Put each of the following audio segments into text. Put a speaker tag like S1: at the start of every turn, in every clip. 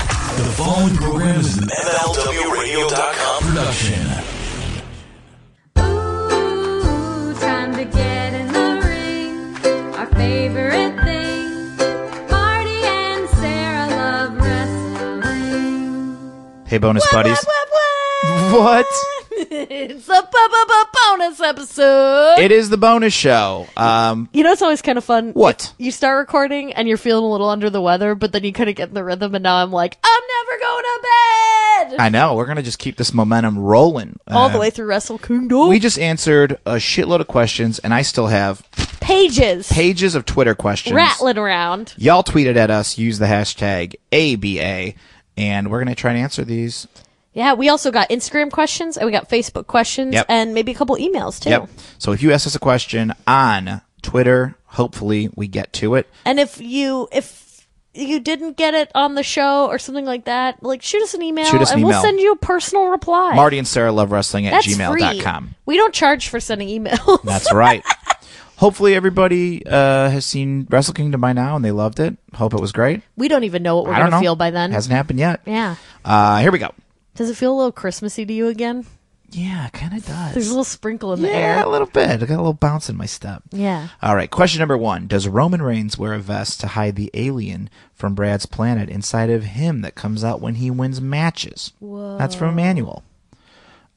S1: The following program is an MLWRadio.com production.
S2: Ooh, time to get in the ring. Our favorite thing. Marty and Sarah love wrestling.
S3: Hey, bonus buddies. What?
S4: It's a bu- bu- bu- bonus episode.
S3: It is the bonus show. Um,
S4: you know, it's always kind of fun.
S3: What?
S4: You start recording and you're feeling a little under the weather, but then you kind of get in the rhythm, and now I'm like, I'm never going to bed.
S3: I know we're gonna just keep this momentum rolling
S4: All
S3: Uh,
S4: the way through Wrestle Kingdom.
S3: We just answered a shitload of questions, and I still have
S4: pages
S3: pages of Twitter questions.
S4: rattling around.
S3: Y'all tweeted at us. Use the hashtag ABA, and we're gonna try and answer these.
S4: Yeah, we also got Instagram questions and we got Facebook questions
S3: Yep.
S4: and maybe a couple emails too.
S3: Yep. So if you ask us a question on Twitter, hopefully we get to it.
S4: And if you if you didn't get it on the show or something like that, like shoot us an email
S3: Shoot us an
S4: and
S3: email.
S4: we'll send you a personal reply.
S3: Marty and Sarah love wrestling at
S4: That's
S3: gmail.com.
S4: free. We don't charge for sending emails.
S3: That's right. Hopefully everybody uh, has seen Wrestle Kingdom by now and they loved it. Hope it was great.
S4: we don't even know what we're
S3: I don't
S4: gonna
S3: know.
S4: feel by then.
S3: Hasn't happened yet.
S4: yeah.
S3: Uh, here we go.
S4: Does it feel a little Christmassy to you again?
S3: Yeah, kind of
S4: There's a
S3: does.
S4: little sprinkle in the
S3: Yeah,
S4: air.
S3: a little bit. I got a little bounce in my step.
S4: Yeah.
S3: All right. Question number one: Does Roman Reigns wear a vest to hide the alien from Brad's planet inside of him that comes out when he wins matches? Whoa. That's from Emmanuel.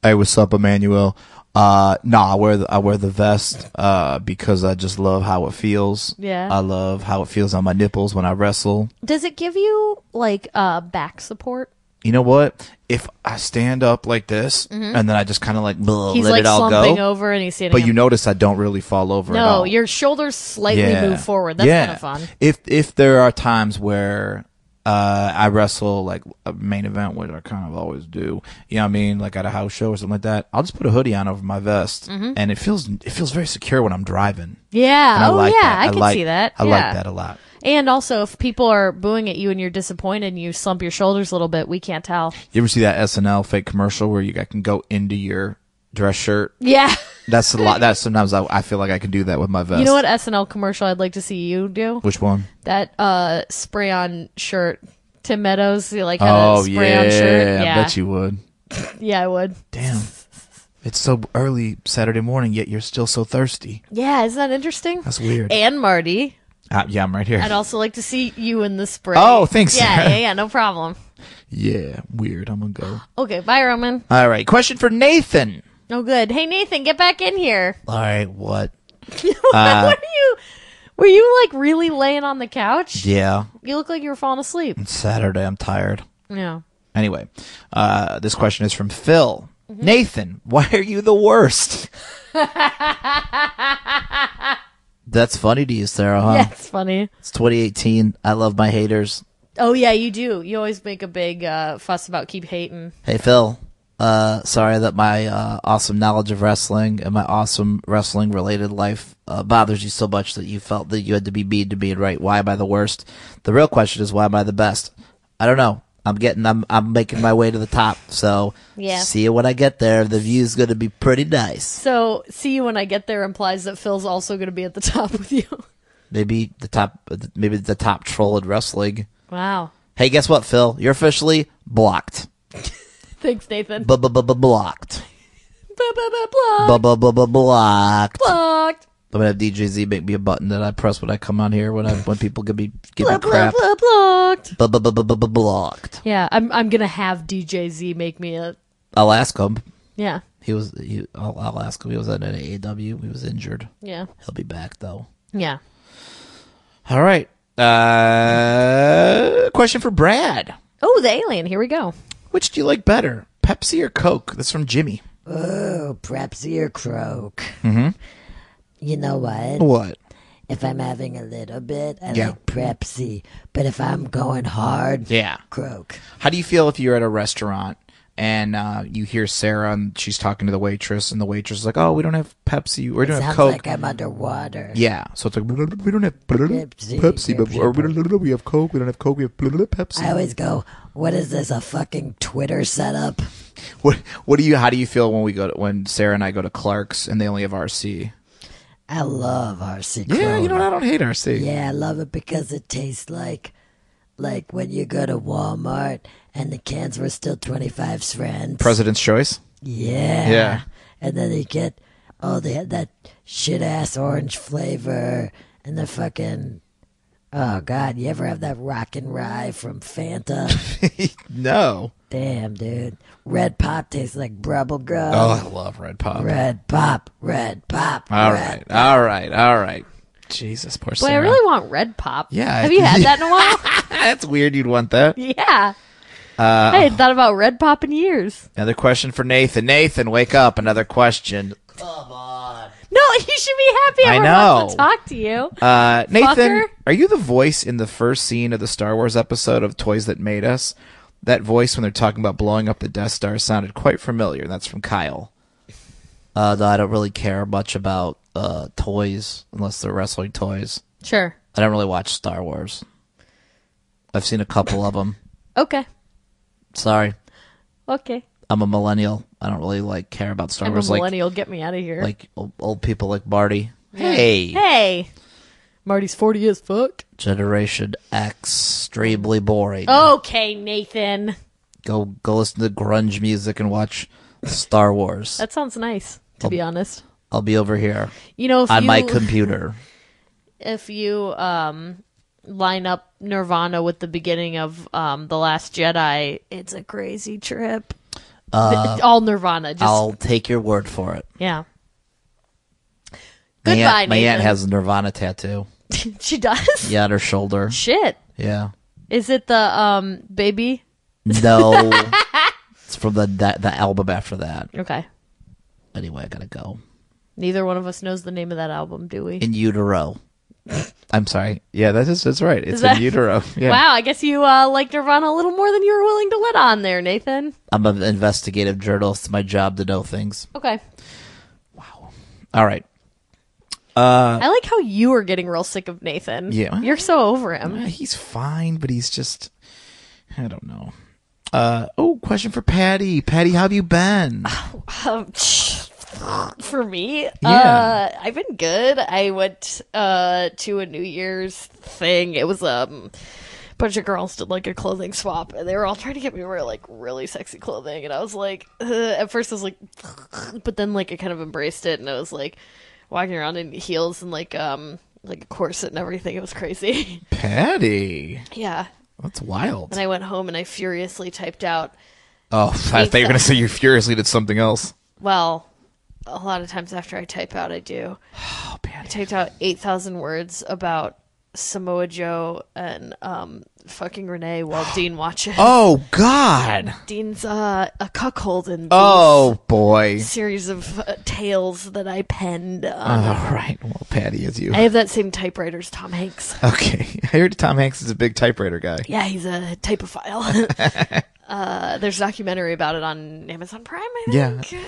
S3: Hey, what's up, Emmanuel? Uh, no, I wear the, I wear the vest uh because I just love how it feels.
S4: Yeah.
S3: I love how it feels on my nipples when I wrestle.
S4: Does it give you like uh back support?
S3: you know what? If I stand up like this and then I just kind of like blah,
S4: Mm-hmm. He's
S3: let
S4: like
S3: it all
S4: slumping
S3: go,
S4: over and he's standing.
S3: but
S4: up.
S3: you notice I don't really fall over. at
S4: no,
S3: all.
S4: your shoulders slightly
S3: Yeah.
S4: move forward. That's
S3: Yeah.
S4: kind of fun.
S3: If if there are times where uh, I wrestle like a main event, which I kind of always do, you know what I mean, like at a house show or something like that, I'll just put a hoodie on over my vest,
S4: Mm-hmm.
S3: and it feels it feels very secure when I'm driving.
S4: Yeah.
S3: And I
S4: oh
S3: like
S4: yeah,
S3: that.
S4: I, can
S3: like,
S4: see that.
S3: I
S4: yeah.
S3: like that a lot.
S4: And also, if people are booing at you and you're disappointed and you slump your shoulders a little bit, we can't tell.
S3: You ever see that SNL fake commercial where you guy can go into your dress shirt?
S4: Yeah.
S3: That's a lot. That's sometimes I, I feel like I can do that with my vest.
S4: You know what SNL commercial I'd like to see you do?
S3: Which one?
S4: That uh, spray on shirt. Tim Meadows, he like had a spray on shirt. Yeah.
S3: Oh, I bet you would.
S4: Yeah, I would.
S3: Damn. It's so early Saturday morning, yet you're still so thirsty.
S4: Yeah, isn't that interesting?
S3: That's weird.
S4: and Marty.
S3: Uh, yeah, I'm right here.
S4: I'd also like to see you in the spray.
S3: Oh, thanks,
S4: Yeah,
S3: Sarah.
S4: yeah, yeah, no problem.
S3: Yeah, weird. I'm gonna go.
S4: Okay, bye, Roman.
S3: All right, question for Nathan.
S4: No good. Hey, Nathan, get back in here.
S3: All right, what? Uh,
S4: what are you? Were you like really laying on the couch?
S3: Yeah,
S4: You look like you were falling asleep.
S3: it's Saturday. I'm tired.
S4: Yeah.
S3: Anyway, uh, this question is from Phil.
S4: Mm-hmm.
S3: Nathan, why are you the worst? That's funny to you, Sarah, huh?
S4: Yeah, it's funny.
S3: It's 2018. I love my haters.
S4: Oh yeah, you do. You always make a big uh, fuss about keep hating.
S3: Hey Phil, uh, sorry that my uh, awesome knowledge of wrestling and my awesome wrestling related life uh, bothers you so much that you felt that you had to be mean to me and right. Why am I the worst? The real question is why am I the best? I don't know. I'm getting, I'm, I'm making my way to the top. So
S4: Yeah.
S3: see you when I get there. The view's going to be pretty nice.
S4: So see you when I get there implies that Phil's also going to be at the top with you.
S3: Maybe the top, maybe the top troll in wrestling.
S4: Wow.
S3: Hey, guess what, Phil? You're officially blocked.
S4: Thanks, Nathan.
S3: Bu- bu- bu- bu- blocked.
S4: Blah, blah, blah, blah.
S3: Bu- bu- bu- bu- blocked.
S4: Blocked.
S3: I'm gonna have DJZ make me a button that I press when I come on here when I when people give me give me
S4: Blah, blah,
S3: crap.
S4: blah, blocked.
S3: Bu- bu- bu- bu- bu- bu- Blocked.
S4: Yeah, I'm I'm gonna have DJ Z make me a
S3: I'll ask him.
S4: yeah
S3: He was. He, I'll, I'll ask him. He was at an AEW. He was injured.
S4: yeah
S3: He'll be back though.
S4: yeah.
S3: All right. Uh, question for Brad.
S4: Oh, the alien. Here we go.
S3: Which do you like better, Pepsi or Coke? That's from Jimmy.
S5: Prepsy Oh, or croak.
S3: Mm-hmm.
S5: You know what?
S3: What?
S5: If I'm having a little bit, I
S3: Yeah.
S5: like prepsy. But if I'm going hard,
S3: Yeah.
S5: croak.
S3: How do you feel if you're at a restaurant and uh, you hear Sarah and she's talking to the waitress and the waitress is like, "Oh, we don't have Pepsi. We don't have
S5: Sounds
S3: Coke."
S5: like I'm underwater.
S3: Yeah, so it's like we don't have Pepsi,
S5: Pepsi,
S3: but
S5: Pepsi,
S3: or we don't we have Coke. We don't have Coke. We have
S5: I
S3: Pepsi.
S5: always go, what is this, a fucking Twitter setup?
S3: What What do you? How do you feel when we go to, when Sarah and I go to Clark's and they only have RC?
S5: I love RC
S3: Yeah,
S5: Corona.
S3: you know what? I don't hate RC.
S5: Yeah, I love it because it tastes like Like when you go to Walmart and the cans were still 25's friends.
S3: President's Choice.
S5: Yeah.
S3: Yeah.
S5: And then they get, oh, they had that shit ass orange flavor and the fucking, oh God, you ever have that rock and rye from Fanta?
S3: No.
S5: Damn, dude. Red pop tastes like brubble gum.
S3: Oh, I love Red Pop.
S5: Red pop, red pop.
S3: All
S5: red.
S3: right, all right, all right. Jesus, poor
S4: Boy, I
S3: Sarah.
S4: really want red pop.
S3: Yeah.
S4: Have you had that in a while?
S3: That's weird. You'd want that.
S4: yeah.
S3: Uh,
S4: I hadn't thought about red pop in years.
S3: Another question for Nathan. Nathan, wake up. Another question.
S4: No, you should be happy.
S3: I
S4: Everyone wants to
S3: know.
S4: talk to you.
S3: Uh, Nathan,
S4: Fucker.
S3: are you the voice in the first scene of the Star Wars episode of Toys That Made Us? That voice when they're talking about blowing up the Death Star sounded quite familiar. That's from Kyle. Uh, no, I don't really care much about uh, toys unless they're wrestling toys.
S4: sure.
S3: I don't really watch Star Wars. I've seen a couple of them.
S4: Okay.
S3: Sorry,
S4: Okay.
S3: I'm a millennial. I don't really like care about Star
S4: I'm a
S3: Wars like
S4: millennial. Get me out of here.
S3: like old, old people like Marty. Hey,
S4: hey. Marty's 40 as fuck.
S3: Generation X, extremely boring.
S4: Oh, Okay, Nathan.
S3: Go go listen to grunge music and watch Star Wars.
S4: That sounds nice, to
S3: Oh.
S4: be honest.
S3: I'll be over here
S4: You know, if
S3: on
S4: you,
S3: my computer.
S4: if you um, line up Nirvana with the beginning of um, The Last Jedi, it's a crazy trip. Th- All Nirvana. Just,
S3: Uh, I'll take your word for it.
S4: yeah.
S3: My
S4: Goodbye,
S3: aunt, my aunt
S4: Nathan.
S3: has a Nirvana tattoo.
S4: she does?
S3: Yeah, on her shoulder.
S4: Shit.
S3: Yeah.
S4: Is it the um baby?
S3: No. it's from the, the the album after that.
S4: Okay.
S3: Anyway, I gotta go.
S4: Neither one of us knows the name of that album, do we?
S3: In utero. I'm sorry. Yeah, that is that's right. It's
S4: that-
S3: in utero. Yeah.
S4: Wow, I guess you uh, like Nirvana a little more than you were willing to let on there, Nathan.
S3: I'm an investigative journalist. It's my job to know things.
S4: Okay.
S3: All right.
S4: I like how you are getting real sick of Nathan.
S3: Uh, Yeah.
S4: You're so over him.
S3: Uh, He's fine, but he's just I don't know. Uh oh, question for Patty. Patty, how have you been?
S4: Um, for me,
S3: Yeah.
S4: uh, I've been good. I went uh, to a New Year's thing. It was um, a bunch of girls did like a clothing swap, and they were all trying to get me to wear like really sexy clothing. And I was like, Ugh. at first I was like, but then like I kind of embraced it, and I was like walking around in heels and like um like a corset and everything. It was crazy.
S3: Patty.
S4: yeah.
S3: That's wild.
S4: And I went home and I furiously typed out
S3: oh, I thought you were gonna say you furiously did something else.
S4: Well, a lot of times after I type out, I do.
S3: Oh
S4: I
S3: Patty.
S4: typed out 8,000 words about Samoa Joe and um, fucking Renee while Dean watches.
S3: Oh God.
S4: Dean's uh, a cuckold in these
S3: Oh boy.
S4: series of uh, tales that I penned. Um,
S3: All right. Well, Patty is you.
S4: I have that same typewriter as Tom Hanks.
S3: Okay. I heard Tom Hanks is a big typewriter guy.
S4: Yeah, he's a typophile. uh, there's a documentary about it on Amazon Prime, I
S3: Yeah.
S4: think.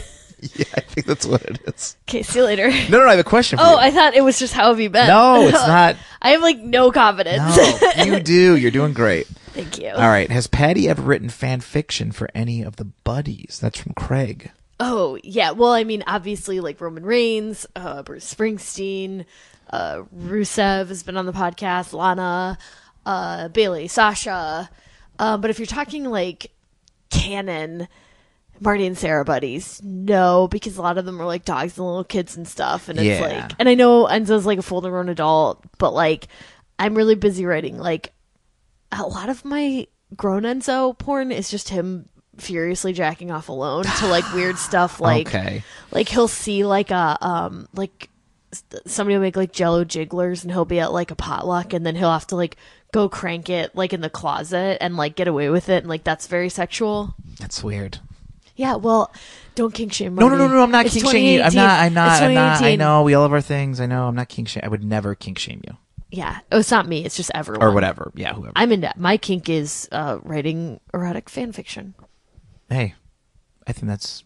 S3: Yeah, I think that's what it is.
S4: Okay, see you later.
S3: No, no, I have a question for
S4: Oh,
S3: you.
S4: I thought it was just how have you been?
S3: no, it's not.
S4: I have like no confidence.
S3: No, you do. You're doing great.
S4: Thank you.
S3: All right. Has Patty ever written fan fiction for any of the buddies? That's from Craig.
S4: Oh yeah, well, I mean, obviously, like Roman Reigns, uh, Bruce Springsteen, uh, Rusev has been on the podcast, Lana, uh, Bailey, Sasha. Um, but if you're talking like canon, Marty and Sarah buddies, no, because a lot of them are like dogs and little kids and stuff, and it's
S3: Yeah.
S4: like, and I know Enzo's like a full-grown adult, but like, I'm really busy writing like a lot of my grown Enzo porn is just him furiously jacking off alone to like weird stuff like
S3: Okay.
S4: like he'll see like a um like s- somebody will make like jello jigglers and he'll be at like a potluck and then he'll have to like go crank it like in the closet and like get away with it and like that's very sexual
S3: That's weird.
S4: yeah well don't kink shame
S3: No, no, no,
S4: Marty.
S3: no. I'm not
S4: It's
S3: kink shaming you. I'm
S4: 2018.
S3: not. I'm not.
S4: It's
S3: I'm not. I
S4: 2018.
S3: know we all have our things. I know. I'm not kink shame. I would never kink shame you
S4: yeah oh it's not me it's just everyone
S3: or whatever. Yeah, whoever.
S4: i'm into my kink is uh writing erotic fan fiction
S3: hey, I think that's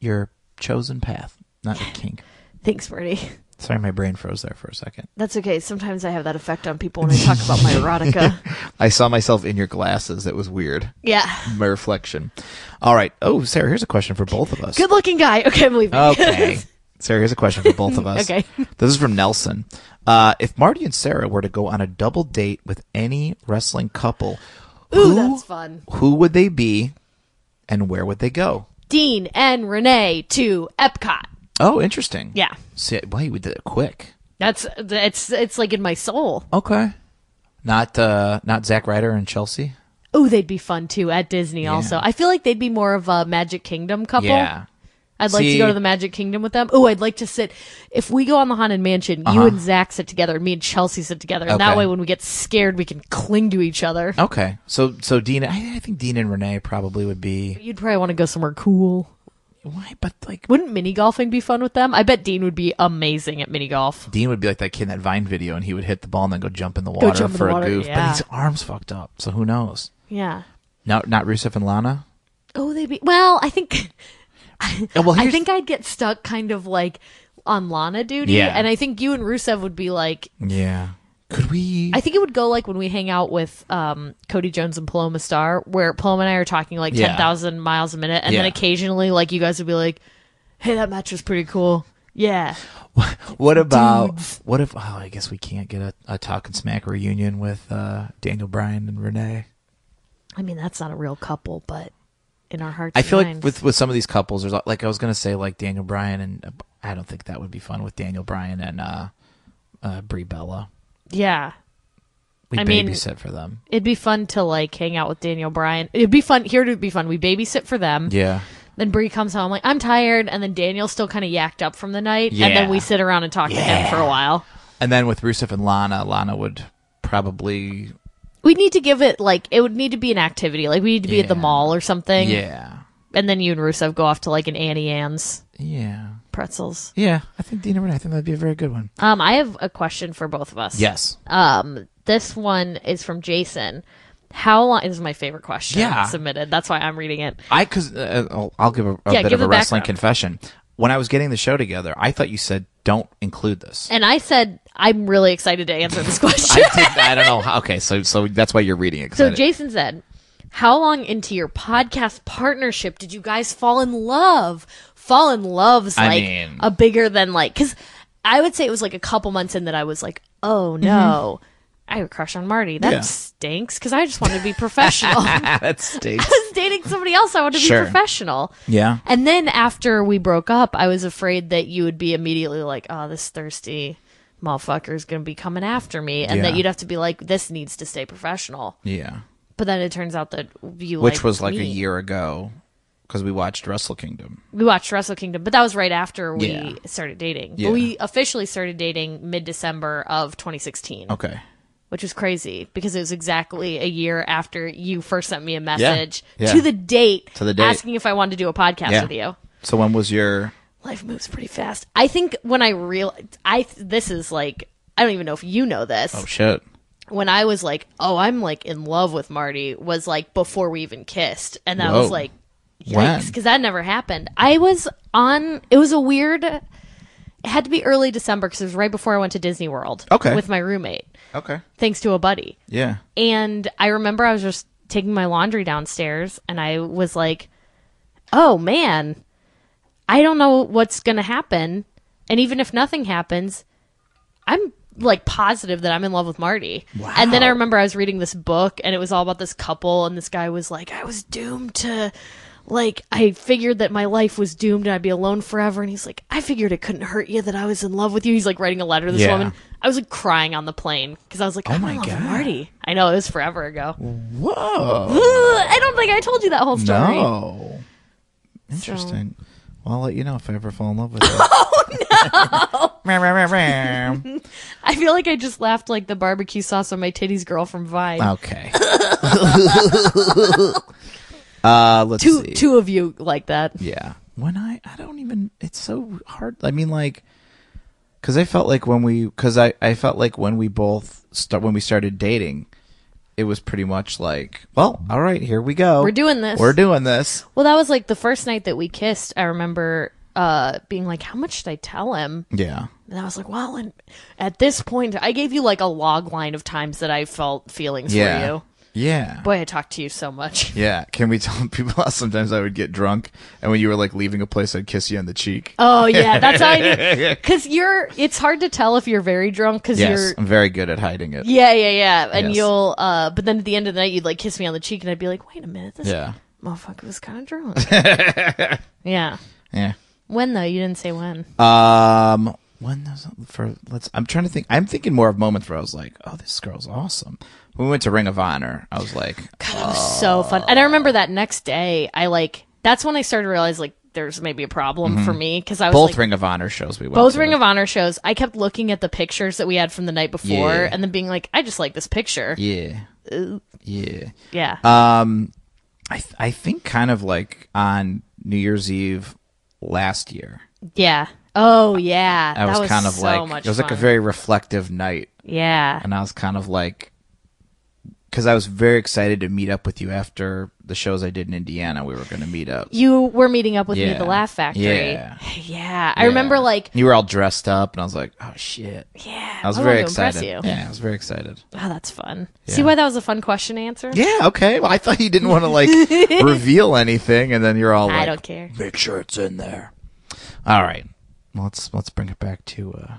S3: your chosen path, not your kink.
S4: thanks marty
S3: Sorry, my brain froze there for a second.
S4: That's okay. Sometimes I have that effect on people when I talk about my erotica.
S3: I saw myself in your glasses. That was weird.
S4: yeah.
S3: My reflection. All right. Oh, Sarah, here's a question for both of us.
S4: Good looking guy. Okay, I'm leaving.
S3: Okay. Sarah, here's a question for both of us.
S4: Okay.
S3: This is from Nelson. Uh, if Marty and Sarah were to go on a double date with any wrestling couple,
S4: Ooh,
S3: who,
S4: that's fun.
S3: Who would they be, and where would they go?
S4: Dean and Renee to Epcot.
S3: Oh, interesting.
S4: Yeah.
S3: See, wait, we did it quick.
S4: That's it's it's like in my soul.
S3: Okay. Not uh, not Zack Ryder and Chelsea.
S4: Oh, they'd be fun too at Disney. Also, I feel like they'd be more of a Magic Kingdom couple.
S3: Yeah.
S4: I'd like to
S3: See-
S4: go to the Magic Kingdom with them. Oh, I'd like to sit. If we go on the Haunted Mansion, you and Zach sit together, and me and Chelsea sit together, and
S3: Uh-huh. Okay.
S4: that
S3: Uh-
S4: way, when we get scared, we can cling to each other.
S3: Okay. So so Dean, I, I think Dean and Renee probably would be.
S4: You'd probably want to go somewhere cool.
S3: Why? But like
S4: Wouldn't mini golfing be fun with them? I bet Dean would be amazing at mini golf.
S3: Dean would be like that kid in that Vine video, and he would hit the ball and then go jump in the water
S4: jump in the
S3: for
S4: water,
S3: a goof.
S4: yeah.
S3: But his arms fucked up, so who knows?
S4: Yeah.
S3: No, not Rusev and Lana.
S4: Oh, they'd be. Well, I think.
S3: Oh, well,
S4: I
S3: here's-
S4: think I'd get stuck kind of like on Lana duty,
S3: Yeah.
S4: and I think you and Rusev would be like.
S3: Yeah. Could we?
S4: I think it would go like when we hang out with um, Cody Jones and Paloma Star, where Paloma and I are talking like
S3: Yeah.
S4: ten thousand miles a minute, and then
S3: Yeah.
S4: occasionally, like you guys would be like, "Hey, that match was pretty cool." Yeah,
S3: what about? What if? Oh, I guess we can't get a, a talking smack reunion with uh, Daniel Bryan and Renee.
S4: I mean that's not a real couple, but in our hearts,
S3: I feel
S4: and
S3: like
S4: minds.
S3: with with some of these couples, there's a- like I was gonna say like Daniel Bryan and I don't think that would be fun with Daniel Bryan and uh, uh, Brie Bella.
S4: yeah,
S3: We
S4: I mean-
S3: babysit for them.
S4: it'd be fun to like hang out with Daniel Bryan. It'd be fun here. It'd be fun. We babysit for them.
S3: Yeah.
S4: Then Brie comes home like I'm tired, and then Daniel's still kind of yacked up from the night, and
S3: Yeah.
S4: then we sit around and talk to him for a while.
S3: And then with Rusev and Lana, Lana would probably
S4: We need to give it like it would need to be an activity. Like we need to be at the
S3: Yeah.
S4: mall or something.
S3: yeah
S4: And then you and Rusev go off to like an Annie Ann's
S3: yeah
S4: pretzels.
S3: yeah. I think Dina Renee. I think that'd be a very good one.
S4: Um, I have a question for both of us.
S3: Yes.
S4: Um, this one is from Jason. How long this is my favorite question
S3: Yeah.
S4: submitted? That's why I'm reading it.
S3: I because uh, I'll, I'll give a, a
S4: Yeah,
S3: bit
S4: give
S3: of a
S4: the
S3: wrestling
S4: background.
S3: confession. When I was getting the show together, I thought you said don't include this.
S4: And I said I'm really excited to answer this
S3: I,
S4: question.
S3: did, I don't know. How, okay, so so that's why you're reading it. 'cause I
S4: so
S3: didn't-
S4: Jason said, "How long into your podcast partnership did you guys fall in love? Fall in love's
S3: I
S4: like
S3: mean-
S4: a bigger than like because I would say it was like a couple months in that I was like, oh no." I have a crush on Marty. That
S3: Yeah.
S4: stinks because I just wanted to be professional. I
S3: that stinks.
S4: was dating somebody else. I wanted to
S3: Sure.
S4: be professional.
S3: yeah.
S4: And then after we broke up, I was afraid that you would be immediately like, oh, this thirsty motherfucker is going to be coming after me. And that
S3: Yeah.
S4: you'd have to be like, this needs to stay professional.
S3: Yeah.
S4: But then it turns out that you
S3: Which
S4: liked
S3: was like a
S4: me.
S3: year ago because we watched Wrestle Kingdom.
S4: We watched Wrestle Kingdom, but that was right after we
S3: Yeah.
S4: started dating.
S3: Yeah.
S4: But we officially started dating mid December of 2016,
S3: Okay.
S4: which was crazy because it was exactly a year after you first sent me a message
S3: Yeah.
S4: to the date,
S3: To the date.
S4: asking if I wanted to do a podcast
S3: Yeah.
S4: with you.
S3: So when was your?
S4: life moves pretty fast. I think when I real I this is like I don't even know if you know this.
S3: Oh shit.
S4: When I was like, "Oh, I'm like in love with Marty," was like before we even kissed, and that was
S3: Whoa.
S4: like
S3: When?
S4: because that never happened. I was on. It was a weird. It had to be early December because it was right before I went to Disney World.
S3: Okay.
S4: with my roommate,
S3: Okay.
S4: thanks to a buddy.
S3: Yeah.
S4: And I remember I was just taking my laundry downstairs and I was like, oh man, I don't know what's going to happen. And even if nothing happens, I'm like positive that I'm in love with Marty. And then I remember I was reading this book and it was all about this couple and this guy was like, I was doomed to like I figured that my life was doomed and I'd be alone forever and he's like, I figured it couldn't hurt you that I was in love with you. He's like writing a letter to this
S3: Yeah.
S4: woman. I was like crying on the plane because I was like, I'm
S3: Oh my
S4: in love with
S3: God.
S4: Marty. I know it was forever ago.
S3: Whoa.
S4: I don't think I told you that whole story.
S3: No. Interesting. Well, I'll let you know if I ever fall in love with you. oh no.
S4: I feel like I just laughed like the barbecue sauce on my titties girl from Vine.
S3: okay. uh, let's
S4: Two
S3: see.
S4: two of you like that.
S3: Yeah. When I I don't even it's so hard. I mean like cuz I felt like when we cuz I I felt like when we both start when we started dating it was pretty much like, well, all right, here we go.
S4: We're doing this.
S3: We're doing this.
S4: Well, that was like the first night that we kissed. I remember uh being like, "How much should I tell him?"
S3: Yeah.
S4: And I was like, "Well, and at this point, I gave you like a log line of times that I felt feelings
S3: Yeah.
S4: for you."
S3: Yeah.
S4: Boy, I talked to you so much.
S3: yeah. Can we tell people how sometimes I would get drunk and when you were like leaving a place, I'd kiss you on the cheek?
S4: Oh yeah, that's how I knew. Because you're, it's hard to tell if you're very drunk because
S3: yes.
S4: you're.
S3: I'm very good at hiding it.
S4: Yeah, yeah, yeah, and
S3: Yes.
S4: you'll. uh But then at the end of the night, you'd like kiss me on the cheek, and I'd be like, "Wait a minute, this
S3: Yeah.
S4: motherfucker was kind of drunk." yeah.
S3: Yeah.
S4: When though? You didn't say when.
S3: Um, when was for let's. I'm trying to think. I'm thinking more of moments where I was like, "Oh, this girl's awesome." When we went to Ring of Honor, I was like, Oh.
S4: so fun. And I remember that next day, I like that's when I started to realize like there's maybe a problem for me because I was
S3: Mm-hmm. both
S4: like,
S3: Ring of Honor shows we went.
S4: both
S3: to.
S4: Ring of Honor shows. I kept looking at the pictures that we had from the night before
S3: Yeah.
S4: and then being like, I just like this picture. Yeah.
S3: Yeah. Yeah.
S4: Uh,
S3: I th- I think kind of like on New Year's Eve last year.
S4: yeah. Oh yeah.
S3: I
S4: that
S3: was,
S4: was
S3: kind of
S4: so
S3: like
S4: much
S3: it was like a
S4: fun.
S3: very reflective night,
S4: yeah.
S3: and I was kind of like because I was very excited to meet up with you after the shows I did in Indiana. We were going to meet up.
S4: You were meeting up with me at
S3: Yeah.
S4: the Laugh Factory.
S3: Yeah.
S4: Yeah. I remember
S3: Yeah.
S4: like
S3: you were all dressed up, and I was like, "Oh shit!"
S4: yeah.
S3: I was
S4: I wanted
S3: very
S4: to impress
S3: excited.
S4: you.
S3: Yeah, I was very excited.
S4: Oh, that's fun. See why that was a fun question to answer?
S3: Yeah, okay. Well, I thought you didn't want to like reveal anything, and then you're all like,
S4: I don't care.
S3: "Make sure it's in there." All right, Well, let's let's bring it back to uh,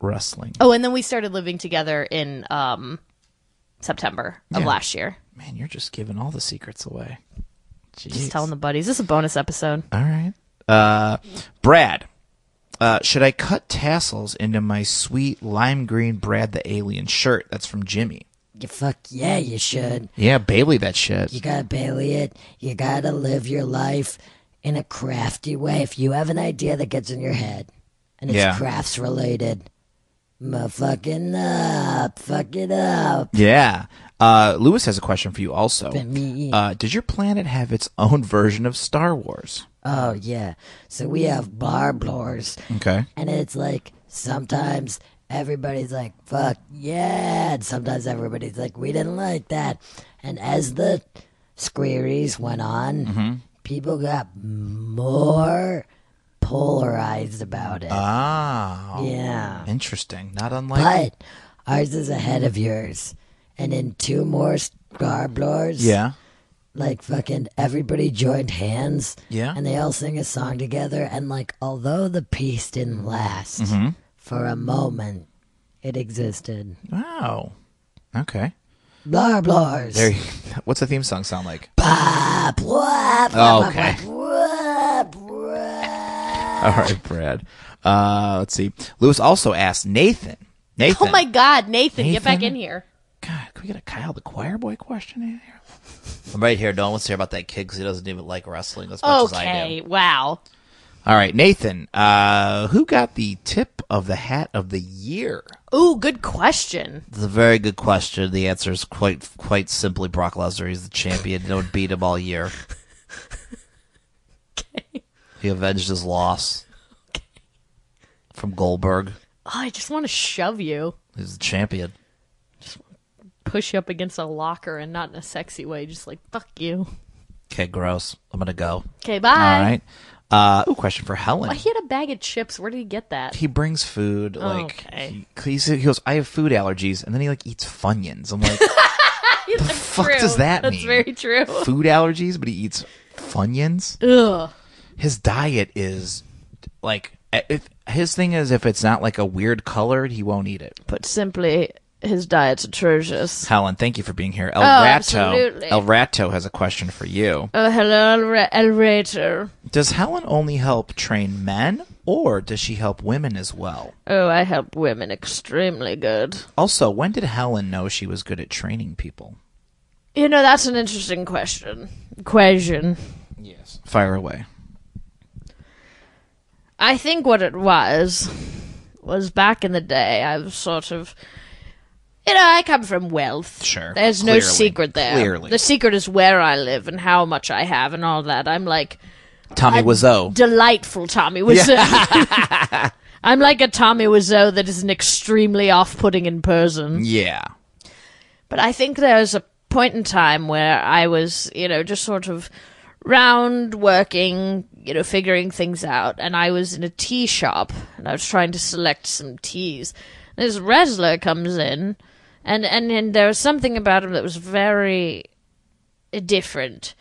S3: wrestling.
S4: Oh, and then we started living together in um, September of
S3: Yeah.
S4: last year.
S3: Man, you're just giving all the secrets away. Jeez.
S4: Just telling the buddies. This is a bonus episode.
S3: All right. Uh, Brad, uh, should I cut tassels into my sweet lime green Brad the Alien shirt? That's from Jimmy.
S5: You fuck yeah, you should.
S3: Yeah, Bailey, that shit.
S5: You gotta bailey it. You gotta live your life in a crafty way. If you have an idea that gets in your head and it's
S3: Yeah.
S5: crafts related, motherfucking up, fuck it up.
S3: Yeah. Uh, Lewis has a question for you also.
S5: me.
S3: Uh, did your planet have its own version of Star Wars?
S5: Oh yeah. So we have bar blowers.
S3: Okay.
S5: And it's like sometimes everybody's like, fuck yeah. And sometimes everybody's like, we didn't like that. And as the squeeries went on, people got more polarized about
S3: Oh.
S5: it.
S3: Ah.
S5: yeah.
S3: Interesting. Not unlike.
S5: But ours is ahead of yours. And in two more Scarblors,
S3: yeah.
S5: like fucking everybody joined hands.
S3: Yeah.
S5: And they all sing a song together. And like, although the peace didn't last
S3: Mm-hmm.
S5: for a moment, it existed.
S3: Wow. Okay.
S5: Blar blars.
S3: There. You, what's the theme song sound like? Oh,
S5: Bah, blah, blah,
S3: Okay.
S5: blah, blah.
S3: All right, Brad. Uh, let's see. Lewis also asked Nathan. Nathan.
S4: Oh my God, Nathan, get back
S3: Nathan?
S4: in here.
S3: God, can we get a Kyle the Choir Boy question in here? I'm right here. No one wants to hear about that kid because he doesn't even like wrestling as much as I do.
S4: Okay, wow.
S3: All right, Nathan. Uh, who got the tip of the hat of the year?
S4: Ooh, good question.
S6: It's a very good question. The answer is quite quite simply Brock Lesnar. He's the champion. No one beat him all year. He avenged his loss from Goldberg.
S4: Oh, I just want to shove you,
S6: He's the champion.
S4: push you up against a locker, and not in a sexy way. Just like fuck you.
S6: Okay, gross. I'm gonna go.
S4: Okay, bye.
S3: All right. Uh, ooh, question for Helen.
S4: Why, he had a bag of chips. Where did he get that?
S3: He brings food. Like
S4: Oh, Okay.
S3: he, he's- he goes, I have food allergies, and then he like eats funyuns. I'm like,
S4: the
S3: fuck does that
S4: That's
S3: mean?
S4: very true.
S3: food allergies, but he eats funyuns.
S4: Ugh.
S3: His diet is like if his thing is if it's not like a weird colored, he won't eat it.
S4: But simply, his diet's atrocious.
S3: Helen, thank you for being here. El
S4: Oh,
S3: Rato,
S4: absolutely.
S3: El Rato has a question for you.
S4: Oh, hello, Elrator.
S3: Does Helen only help train men, or does she help women as well?
S4: Oh, I help women extremely good.
S3: Also, when did Helen know she was good at training people?
S4: You know, that's an interesting question. Question.
S3: Fire away.
S4: I think what it was was back in the day. I was sort of, you know, I come from wealth.
S3: Sure,
S4: There's no
S3: clearly,
S4: secret there.
S3: clearly.
S4: the secret is where I live and how much I have and all that. I'm like
S3: Tommy Wiseau.
S4: delightful Tommy Wiseau. I'm like a Tommy Wiseau that is an extremely off-putting in person.
S3: yeah.
S4: But I think there was a point in time where I was, you know, just sort of round working, you know, figuring things out. And I was in a tea shop and I was trying to select some teas. This wrestler comes in and and and there was something about him that was very different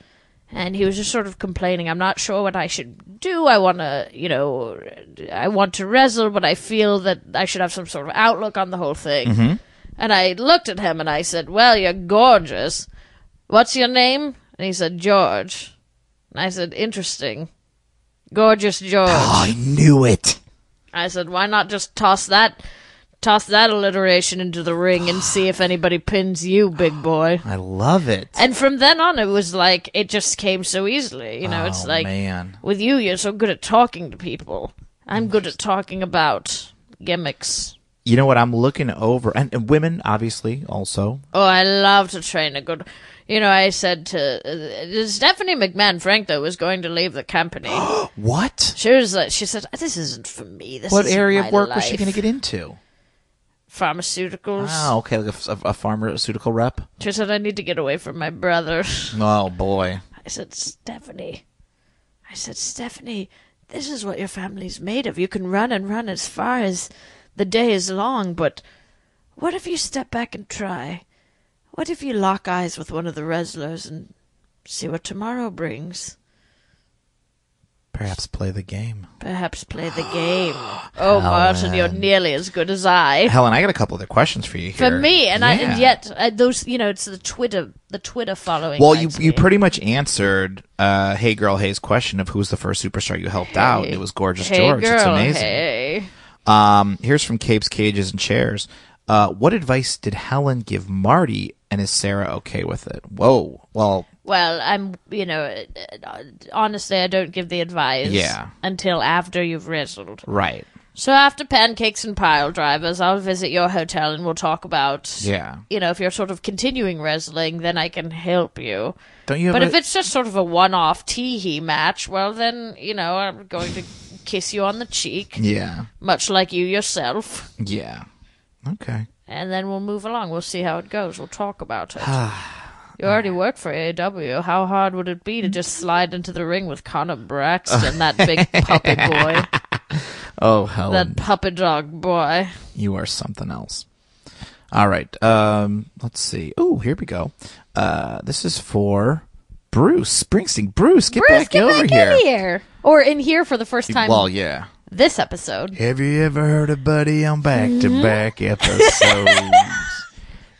S4: and he was just sort of complaining i'm not sure what i should do i want to you know i want to wrestle but i feel that i should have some sort of outlook on the whole thing and i looked at him and i said well you're gorgeous what's your name and he said george and i said interesting gorgeous george
S3: I knew it.
S4: I said, why not just toss that toss that alliteration into the ring and see if anybody pins you, big boy.
S3: I love it.
S4: And from then on it was like it just came so easily. You know, it's
S3: Oh,
S4: like
S3: man.
S4: with you you're so good at talking to people. I'm good at talking about gimmicks.
S3: You know what? I'm looking over, and, and women obviously also.
S4: Oh, I love to train a good. You know, I said to uh, Stephanie McMahon Frank though was going to leave the company.
S3: What?
S4: she was like, she said, "This isn't for me. This
S3: What
S4: isn't
S3: area
S4: my
S3: of work was she
S4: life."
S3: going to get into?
S4: Pharmaceuticals.
S3: Oh, okay, like a, a, a pharmaceutical rep.
S4: She said, I need to get away from my brother.
S3: Oh boy.
S4: I said, Stephanie. I said, Stephanie, this is what your family's made of. You can run and run as far as the day is long, but what if you step back and try? What if you lock eyes with one of the wrestlers and see what tomorrow brings?
S3: Perhaps play the game.
S4: Perhaps play the game. Oh, Martin, you're nearly as good as I.
S3: Helen, I got a couple other questions for you here.
S4: For me, and I, and
S3: Yeah.
S4: yet uh, those, you know, it's the Twitter, the Twitter following.
S3: Well, you
S4: likes
S3: you
S4: me.
S3: pretty much answered uh, Hey Girl Hey's question of who was the first superstar you helped out. and It was Gorgeous
S4: Hey,
S3: George. it's
S4: girl,
S3: amazing.
S4: hey.
S3: Um, here's from Capes, Cages, and Chairs. Uh, what advice did Helen give Marty, and is Sarah okay with it? Whoa. Well,
S4: Well, I'm, you know, uh, honestly, I don't give the advice
S3: Yeah.
S4: until after you've wrestled.
S3: right.
S4: So after pancakes and pile drivers, I'll visit your hotel and we'll talk about,
S3: Yeah.
S4: you know, if you're sort of continuing wrestling, then I can help you.
S3: Don't you have
S4: But
S3: a-
S4: if it's just sort of a one-off teehee match, well, then you know, I'm going to kiss you on the cheek,
S3: Yeah.
S4: much like you yourself,
S3: Yeah. Okay.
S4: and then we'll move along. We'll see how it goes. We'll talk about it. You already work for AW. How hard would it be to just slide into the ring with Connor Braxton, that big puppy boy,
S3: Oh, Helen,
S4: that puppy dog boy?
S3: you are something else. All right. Um, let's see. Oh, here we go. Uh, this is for Bruce Springsteen. Bruce, get
S4: Bruce,
S3: back
S4: get
S3: over
S4: back
S3: here.
S4: in here, or in here for the first time
S3: Well, yeah.
S4: this episode.
S3: Have you ever heard of Buddy on back
S4: Mm-hmm.
S3: to back episodes?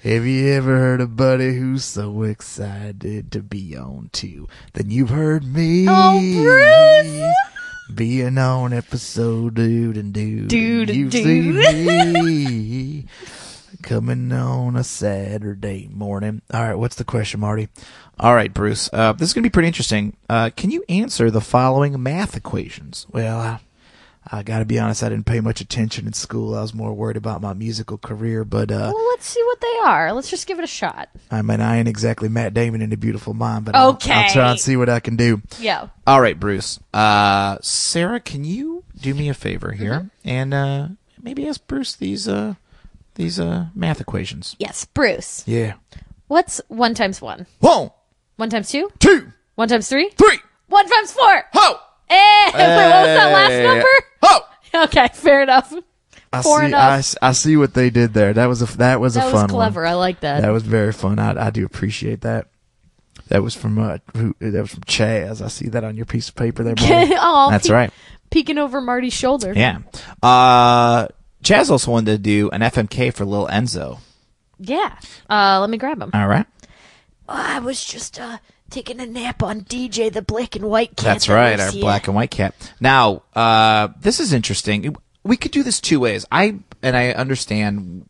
S3: Have you ever heard of Buddy who's so excited to be on too? Then you've heard me.
S4: Oh, Bruce!
S3: Being on episode dude and dude.
S4: Dude and
S3: You've
S4: dude.
S3: seen me. Coming on a Saturday morning. All right, what's the question, Marty? All right, Bruce. Uh, this is going to be pretty interesting. Uh, can you answer the following math equations? Well, I, I got to be honest, I didn't pay much attention in school. I was more worried about my musical career, but uh,
S4: Well, let's see what they are. Let's just give it a shot.
S3: I mean, I ain't exactly Matt Damon in A Beautiful Mind, but I'll- I'll,
S4: Okay.
S3: try and see what I can do.
S4: Yeah.
S3: All right, Bruce. Uh, Sarah, can you do me a favor here and uh, maybe ask Bruce these uh, these uh, math equations?
S4: Yes, Bruce.
S3: Yeah.
S4: What's one times one?
S3: One,
S4: One times two?
S3: two,
S4: One times three?
S3: three,
S4: One times four?
S3: ho,
S4: Eh, wait, what was that last
S3: Hey.
S4: number?
S3: ho.
S4: Okay, fair enough.
S3: I
S4: Four
S3: see.
S4: enough.
S3: I, s- I see what they did there. That was a f- that was a
S4: That
S3: fun
S4: was clever.
S3: one.
S4: I like that.
S3: That was very fun. I, I do appreciate that. That was from uh, who, that was from Chaz. I see that on your piece of paper there. Marty.
S4: Aw,
S3: That's
S4: Oh, peek-
S3: right.
S4: Peeking over Marty's shoulder.
S3: Yeah. Uh, Chaz also wanted to do an FMK for Lil Enzo.
S4: Yeah. Uh, let me grab him.
S3: All right.
S4: I was just uh, taking a nap on DJ the Black and White Cat.
S3: That's
S4: that
S3: right.
S4: lives
S3: Our
S4: here.
S3: black and white cat. Now, uh, this is interesting. We could do this two ways. I and I understand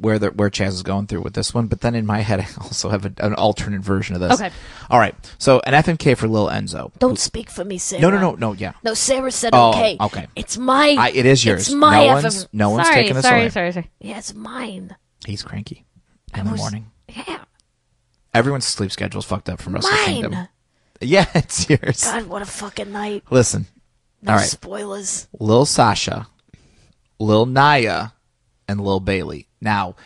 S3: where the, where Chaz is going through with this one, but then in my head, I also have a, an alternate version of this.
S4: Okay.
S3: All right. So an FMK for Lil Enzo.
S7: Don't speak for me, Sarah.
S3: No, no, no, no. Yeah.
S7: No, Sarah said
S3: Oh,
S7: okay.
S3: okay.
S7: It's my.
S3: I, it is yours.
S7: It's my
S3: no
S7: FM.
S3: one's no one's
S4: sorry,
S3: taking this
S4: sorry,
S3: away.
S4: sorry, sorry.
S7: Yeah, it's mine.
S3: He's cranky in the morning.
S7: Yeah,
S3: Everyone's sleep schedule's fucked up from Wrestle Kingdom.
S7: mine.
S3: Yeah, it's yours.
S7: God, what a fucking night.
S3: Listen,
S7: No
S3: All right.
S7: spoilers.
S3: Lil Sasha, Lil Naya, and Lil Bailey. Now,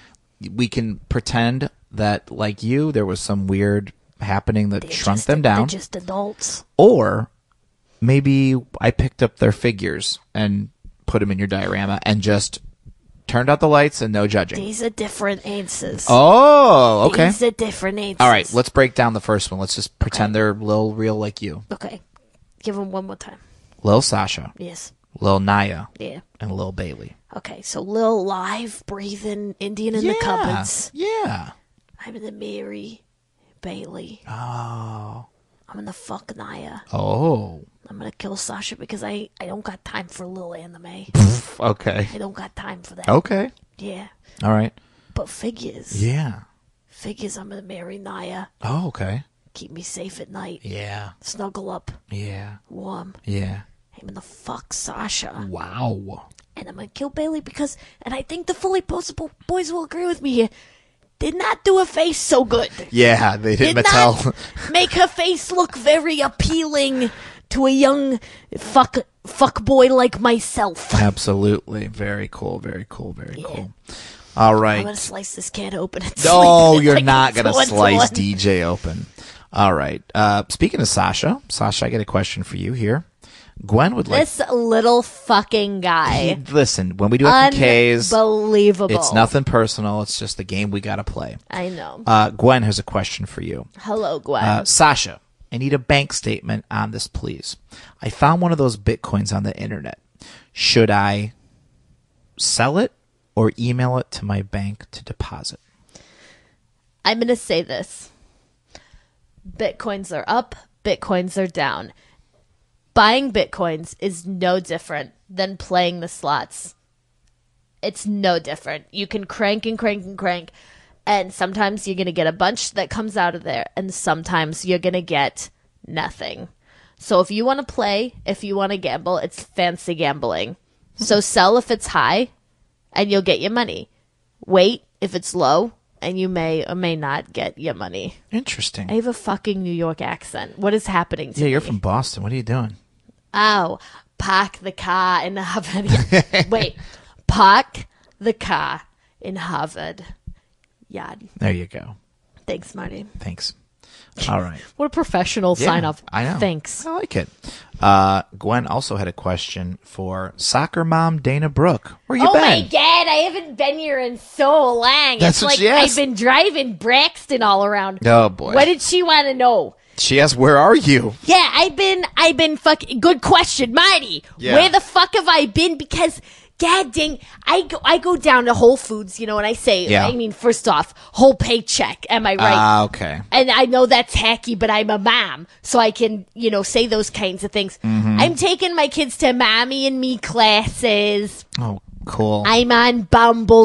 S3: we can pretend that, like you, there was some weird happening that shrunk
S7: Just-
S3: them down,
S7: They're just adults.
S3: or maybe I picked up their figures and put them in your diorama and just Turned out the lights and no judging.
S5: These are different answers.
S3: Oh, okay.
S5: These are different answers.
S3: All right, let's break down the first one. Let's just pretend they're Lil Real like you.
S5: okay. Give them one more time.
S3: Lil Sasha,
S5: Yes.
S3: Lil Naya,
S5: Yeah.
S3: and Lil Bailey.
S5: Okay. So Lil live, breathing, Indian in the cupboards.
S3: Yeah.
S5: I'm the Mary Bailey.
S3: Oh.
S5: I'm gonna fuck Naya.
S3: Oh.
S5: I'm gonna kill Sasha because I I don't got time for Lil anime.
S3: Okay.
S5: I don't got time for that.
S3: Okay.
S5: Yeah.
S3: All right.
S5: But figures.
S3: Oh. Yeah.
S5: Figures I'm gonna marry Naya.
S3: Oh, okay.
S5: Keep me safe at night.
S3: Yeah.
S5: Snuggle up.
S3: Yeah.
S5: Warm.
S3: Yeah.
S5: I'm gonna fuck Sasha.
S3: Wow.
S5: And I'm gonna kill Bailey because and I think the fully postable boys will agree with me here. Did not do her face so good.
S3: Yeah, they did
S5: Did
S3: Mattel.
S5: not make her face look very appealing to a young fuck fuck boy like myself.
S3: Absolutely. Very cool. Very cool. Very
S5: Yeah.
S3: cool. All
S5: I'm gonna
S3: right.
S5: slice this can open. And
S3: No,
S5: slice it
S3: you're
S5: like
S3: not
S5: it's
S3: going to
S5: one to
S3: slice
S5: one.
S3: DJ open. All right. Uh, speaking of Sasha, Sasha, I get a question for you here. Gwen would like.
S2: This little fucking guy.
S3: Listen, when we do FKs,
S2: Unbelievable.
S3: it's nothing personal. It's just the game we got to play.
S2: I know.
S3: Uh, Gwen has a question for you.
S2: Hello, Gwen.
S3: Uh, Sasha, I need a bank statement on this, please. I found one of those bitcoins on the internet. Should I sell it or email it to my bank to deposit?
S2: I'm going to say this Bitcoins are up, Bitcoins are down. Buying Bitcoins is no different than playing the slots. It's no different. You can crank and crank and crank, and sometimes you're going to get a bunch that comes out of there, and sometimes you're going to get nothing. So if you want to play, if you want to gamble, it's fancy gambling. So sell if it's high, and you'll get your money. Wait if it's low, and you may or may not get your money.
S3: Interesting.
S2: I have a fucking New York accent. What is happening to
S3: yeah,
S2: me?
S3: you're from Boston. What are you doing?
S2: Oh, park the car in Harvard. Yeah. Wait, park the car in Harvard. Yad.
S3: There you go.
S2: Thanks, Marty.
S3: Thanks. All right.
S2: What a professional sign
S3: Yeah,
S2: off.
S3: I know.
S2: Thanks.
S3: I like it. Uh, Gwen also had a question for soccer mom Dana Brooke. Where you
S2: Oh
S3: been?
S2: my god, I haven't been here in so long.
S3: That's
S2: it's
S3: what
S2: like
S3: she asked.
S2: I've been driving Braxton all around.
S3: Oh, boy.
S2: What did she want to know?
S3: She asked, "Where are you?"
S2: Yeah, I've been, I've been fucking. Good question, Mighty.
S3: Yeah.
S2: Where the fuck have I been? Because, god dang, I go, I go down to Whole Foods, you know, and I say,
S3: Yeah.
S2: I mean, first off, whole paycheck. Am I right?
S3: Ah, okay.
S2: and I know that's hacky, but I'm a mom, so I can, you know, say those kinds of things.
S3: Mm-hmm.
S2: I'm taking my kids to mommy and me classes.
S3: Oh, cool.
S2: I'm on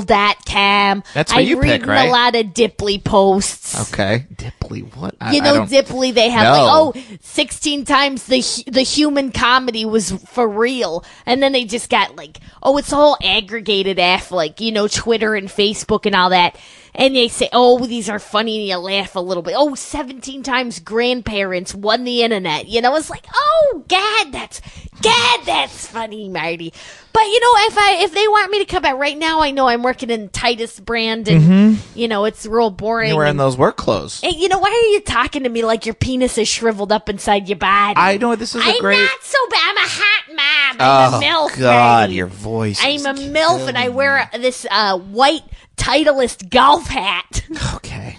S2: Bumble.com.
S3: That's what
S2: I'm
S3: you pick,
S2: reading
S3: right?
S2: a lot of Dipley posts.
S3: okay. Dipley, what? I,
S2: You
S3: I
S2: know,
S3: don't-
S2: Dipley, they have
S3: No.
S2: like, oh, 16 times the hu- the human comedy was for real. And then they just got like, oh, it's all aggregated F, like, you know, Twitter and Facebook and all that. And they say, oh, these are funny, and you laugh a little bit. Oh, 17 times grandparents won the internet. You know, it's like, oh, God, that's, God, that's funny, Marty. But, you know, if I if they want me to come back right now, I know I'm working in Titus brand and, you know, it's real boring.
S3: You're Mm-hmm. wearing
S2: and-
S3: those work clothes.
S2: Hey, you know, why are you talking to me like your penis is shriveled up inside your body?
S3: I know this is a
S2: I'm
S3: great.
S2: not so bad. I'm a hot mom. I'm
S3: oh
S2: a MILF.
S3: God,
S2: baby.
S3: your voice.
S2: I'm
S3: is-
S2: a MILF and I wear a, this uh, white Titleist golf hat.
S3: okay.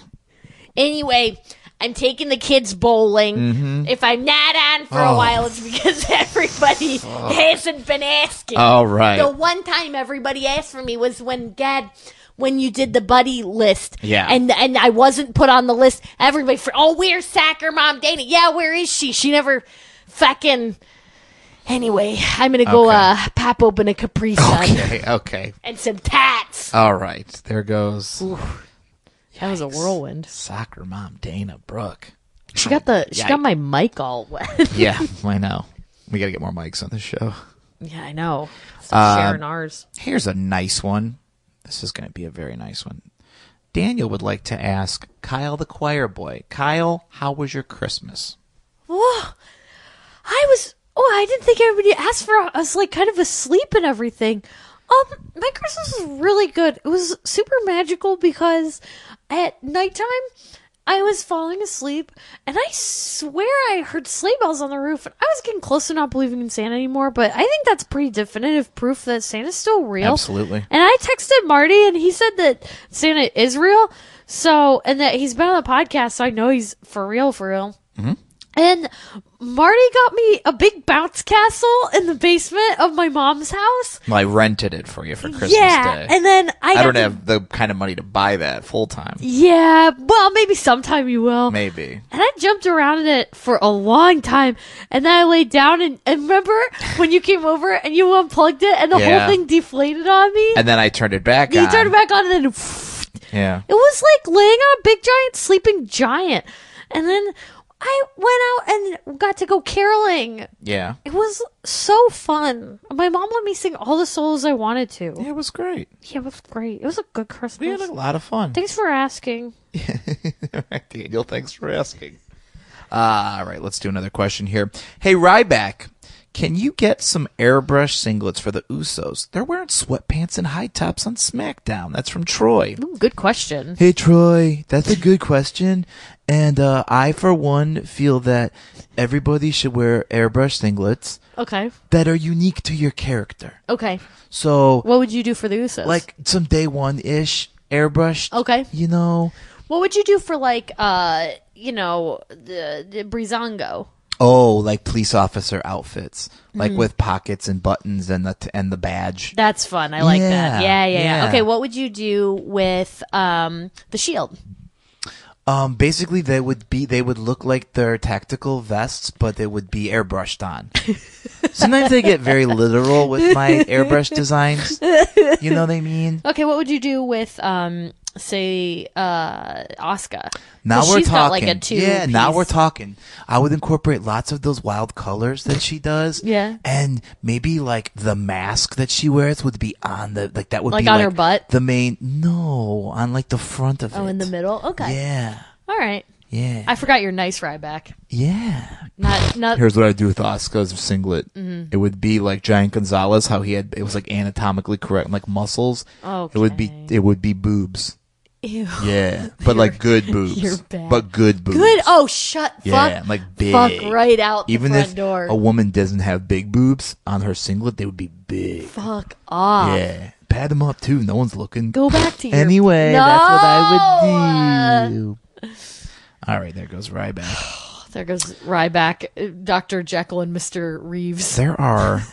S2: anyway, I'm taking the kids bowling.
S3: Mm-hmm.
S2: If I'm not on for
S3: Oh.
S2: a while, it's because everybody hasn't been asking.
S3: All right.
S2: The one time everybody asked for me was when God, when you did the buddy list.
S3: Yeah.
S2: And and I wasn't put on the list. Everybody for oh, where's Sacker Mom Dana? Yeah, where is she? She never fucking. Anyway, I'm gonna go
S3: Okay.
S2: uh pop open a Capri Sun
S3: okay. Okay.
S2: and some tats.
S3: All right. There goes
S2: That was a whirlwind.
S3: soccer mom Dana Brooke.
S2: She got the she
S3: Yikes.
S2: got my mic all wet.
S3: Yeah, I know. We got to get more mics on the show.
S2: yeah, I know.
S3: Uh,
S2: Stop sharing ours.
S3: Here's a nice one. This is going to be a very nice one. Daniel would like to ask Kyle the choir boy. Kyle, how was your Christmas?
S2: Whoa. I was. Oh, I didn't think everybody asked for. I was like kind of asleep and everything. Um, my Christmas was really good. It was super magical because at nighttime,
S4: I was falling asleep, and I swear I heard sleigh bells on the roof. And I was getting close to not believing in Santa anymore, but I think that's pretty definitive proof that Santa's still real.
S3: Absolutely.
S4: And I texted Marty, and he said that Santa is real. So, and that he's been on the podcast, so I know he's for real, for real. And Marty got me a big bounce castle in the basement of my mom's house.
S3: Well, I rented it for you for Christmas
S4: yeah,
S3: Day.
S4: and then I,
S3: I
S4: got
S3: don't
S4: the-
S3: have the kind of money to buy that full time.
S4: Yeah, well, maybe sometime you will.
S3: Maybe.
S4: And I jumped around in it for a long time, and then I laid down and, and remember when you came over and you unplugged it and the
S3: Yeah.
S4: whole thing deflated on me.
S3: And then I turned it back
S4: you
S3: on.
S4: turned it back on and then.
S3: Yeah.
S4: It was like laying on a big giant sleeping giant. And then I went out and got to go caroling.
S3: Yeah.
S4: It was so fun. My mom let me sing all the solos I wanted to.
S3: Yeah, it was great.
S4: Yeah, it was great. It was a good Christmas.
S3: We had a lot of fun.
S4: Thanks for asking.
S3: Daniel, thanks for asking. Uh, all right, let's do another question here. Hey, Ryback, can you get some airbrush singlets for the Usos? They're wearing sweatpants and high tops on SmackDown. That's from Troy.
S4: Good question.
S3: Hey, Troy, that's a good question. And uh, I, for one, feel that everybody should wear airbrush singlets
S4: Okay.
S3: that are unique to your character.
S4: Okay.
S3: So,
S4: What would you do for the Usos?
S3: like some day one ish airbrush.
S4: Okay.
S3: You know?
S4: what would you do for like uh, you know, the, the Brizongo?
S3: Oh, like police officer outfits, like with pockets and buttons and the t- and the badge.
S4: That's fun. I like that.
S3: Yeah,
S4: Yeah, yeah, yeah.
S3: yeah.
S4: Okay, what would you do with um the shield?
S3: Um, basically, they would be they would look like their tactical vests, but they would be airbrushed on. Sometimes they get very literal with my airbrush designs. You know what I mean?
S4: Okay, what would you do with um say uh Oscar?
S3: Now we're
S4: she's
S3: talking.
S4: got, like, a two
S3: yeah, now
S4: piece-
S3: we're talking. I would incorporate lots of those wild colors that she does.
S4: Yeah.
S3: and maybe like the mask that she wears would be on the like that would
S4: Like
S3: be
S4: on her butt?
S3: The main no on like the front of it.
S4: Oh, in the middle. Okay.
S3: Yeah,
S4: All right.
S3: yeah,
S4: I forgot your nice Ryback.
S3: yeah.
S4: Not not
S3: Here's what I'd do with Oscar's singlet.
S4: Mm-hmm.
S3: It would be like Giant Gonzalez, how he had it was like anatomically correct, like muscles. It would be
S4: Okay.
S3: it would be boobs.
S4: ew.
S3: Yeah, but like good boobs.
S4: you're bad.
S3: But good boobs.
S4: Good. Oh, shut
S3: Yeah,
S4: fuck.
S3: like big.
S4: Fuck right out the
S3: Even
S4: front
S3: if
S4: door.
S3: a woman doesn't have big boobs on her singlet, they would be big.
S4: fuck off.
S3: Yeah, pad them up too. No one's looking.
S4: Go back to your
S3: Anyway,
S4: No!
S3: that's what I would do. All right, there goes Ryback.
S4: There goes Ryback, uh, Dr. Jekyll and Mr. Reeves.
S3: There are.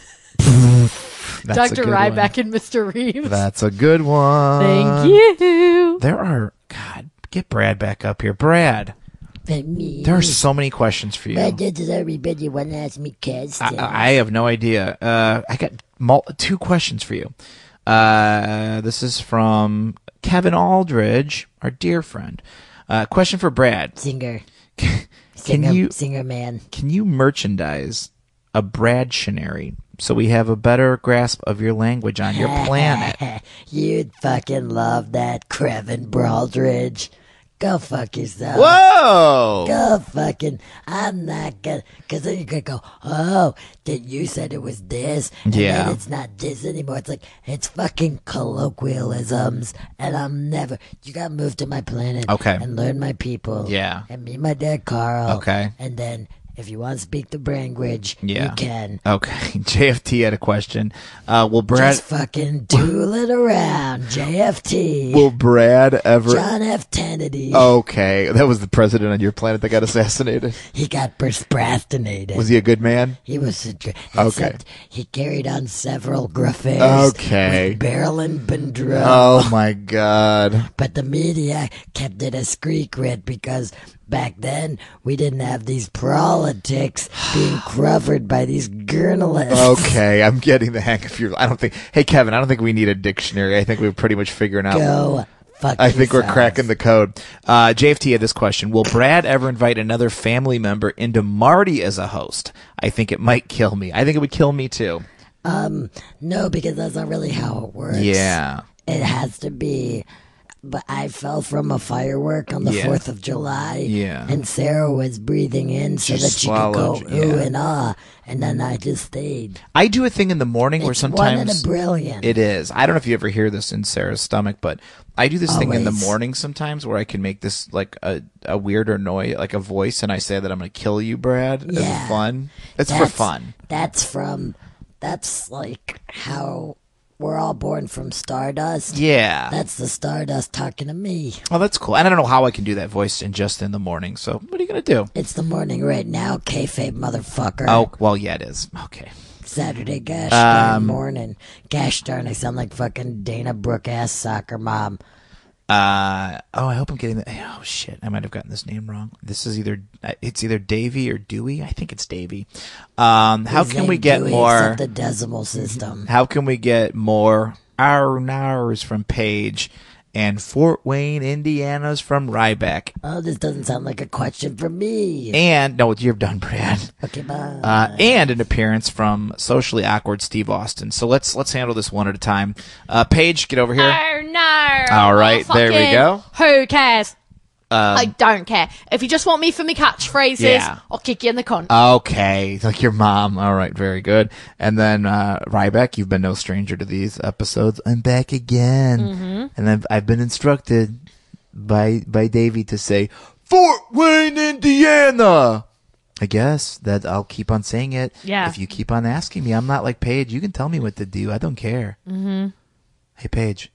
S3: That's a
S4: Dr.
S3: good
S4: Ryback and Mr. Reeves.
S3: One. That's a good one.
S4: Thank you.
S3: There are. God, get Brad back up here, Brad.
S5: But me.
S3: There are so many questions for you.
S5: But this is everybody you want to ask me question.
S3: I, I have no idea. Uh, I got mul- two questions for you. Uh, this is from Kevin Aldridge, our dear friend. Uh, question for Brad:
S5: singer.
S3: Can
S5: Singer,
S3: you
S5: singer man.
S3: can you merchandise a Bradtionary so we have a better grasp of your language on your planet?
S5: You'd fucking love that Crevin Baldridge. Go fuck yourself.
S3: Whoa!
S5: Go fucking. I'm not gonna. Because then you're gonna go, oh, then you said it was this. And
S3: Yeah.
S5: Then it's not this anymore. It's like, it's fucking colloquialisms. And I'm never. You gotta move to my planet.
S3: Okay.
S5: And learn my people.
S3: Yeah.
S5: And meet my dad, Carl.
S3: Okay.
S5: And then if you want to speak the language,
S3: Yeah.
S5: you can.
S3: Okay, JFT had a question. Uh, will Brad
S5: Just fucking doodle it around, JFT.
S3: will Brad ever?
S5: John F. Kennedy.
S3: Oh. Okay, that was the president on your planet that got assassinated.
S5: He got procrastinated.
S3: Was he a good man?
S5: He was a, dr- except he carried on several griffins.
S3: Okay.
S5: With Beryl and Bendro.
S3: Oh my god.
S5: But the media kept it a secret because back then we didn't have these politics being covered by these journalists.
S3: Okay, I'm getting the hang of your I don't think Hey Kevin, I don't think we need a dictionary. I think we're pretty much figuring out
S5: Go fuck
S3: I think we're
S5: yourselves.
S3: cracking the code. Uh, JFT had this question. Will Brad ever invite another family member into Marty as a host? I think it might kill me. I think it would kill me too.
S5: Um, no, because that's not really how it works.
S3: Yeah.
S5: It has to be but I fell from a firework on the
S3: Yeah.
S5: 4th of July.
S3: Yeah.
S5: And Sarah was breathing in so
S3: She
S5: that she could go
S3: swallowed,
S5: ooh
S3: yeah.
S5: and ah. And then I just stayed.
S3: I do a thing in the morning where
S5: It's one in a
S3: sometimes
S5: brillion.
S3: It is. I don't know if you ever hear this in Sarah's stomach, but I do this thing in the
S5: Always.
S3: morning sometimes where I can make this like a, a weirder noise, like a voice, and I say that I'm going to kill you, Brad.
S5: Yeah.
S3: It's fun. It's for fun.
S5: That's from, that's like how we're all born from stardust.
S3: Yeah.
S5: That's the stardust talking to me.
S3: oh, that's cool. And I don't know how I can do that voice in just in the morning. So what are you going to do?
S5: It's the morning right now, kayfabe motherfucker.
S3: Oh, Um, well, yeah, it is. Okay.
S5: Saturday, gosh darn morning. Gosh darn, I sound like fucking Dana Brooke ass soccer mom.
S3: Uh, oh, I hope I'm getting the. Oh shit, I might have gotten this name wrong. This is either uh, it's either Davy or Dewey. I think it's Davy. Um, how
S5: His
S3: can
S5: name
S3: we get
S5: Dewey,
S3: more?
S5: Except the decimal system.
S3: How can we get more our hours from Page and Fort Wayne, Indiana's from Ryback?
S5: Oh, this doesn't sound like a question for me.
S3: And no, you're done, Brad.
S5: Okay, bye.
S3: Uh, and an appearance from socially awkward Steve Austin. So let's let's handle this one at a time. Uh, Paige, get over here.
S7: Oh no!
S3: All right,
S7: Well,
S3: there we
S7: fucking
S3: go. Um,
S7: Who cares? I don't care. If you just want me for my catchphrases,
S3: Yeah.
S7: I'll kick you in the cunt.
S3: Okay, like your mom. All right, very good. And then uh, Ryback, you've been no stranger to these episodes. I'm back again, and I've I've been instructed by by Davy to say Fort Wayne, Indiana. I guess that I'll keep on saying it.
S7: Yeah.
S3: If you keep on asking me, I'm not like Paige. You can tell me what to do. I don't care. Mm-hmm. Hey, Paige.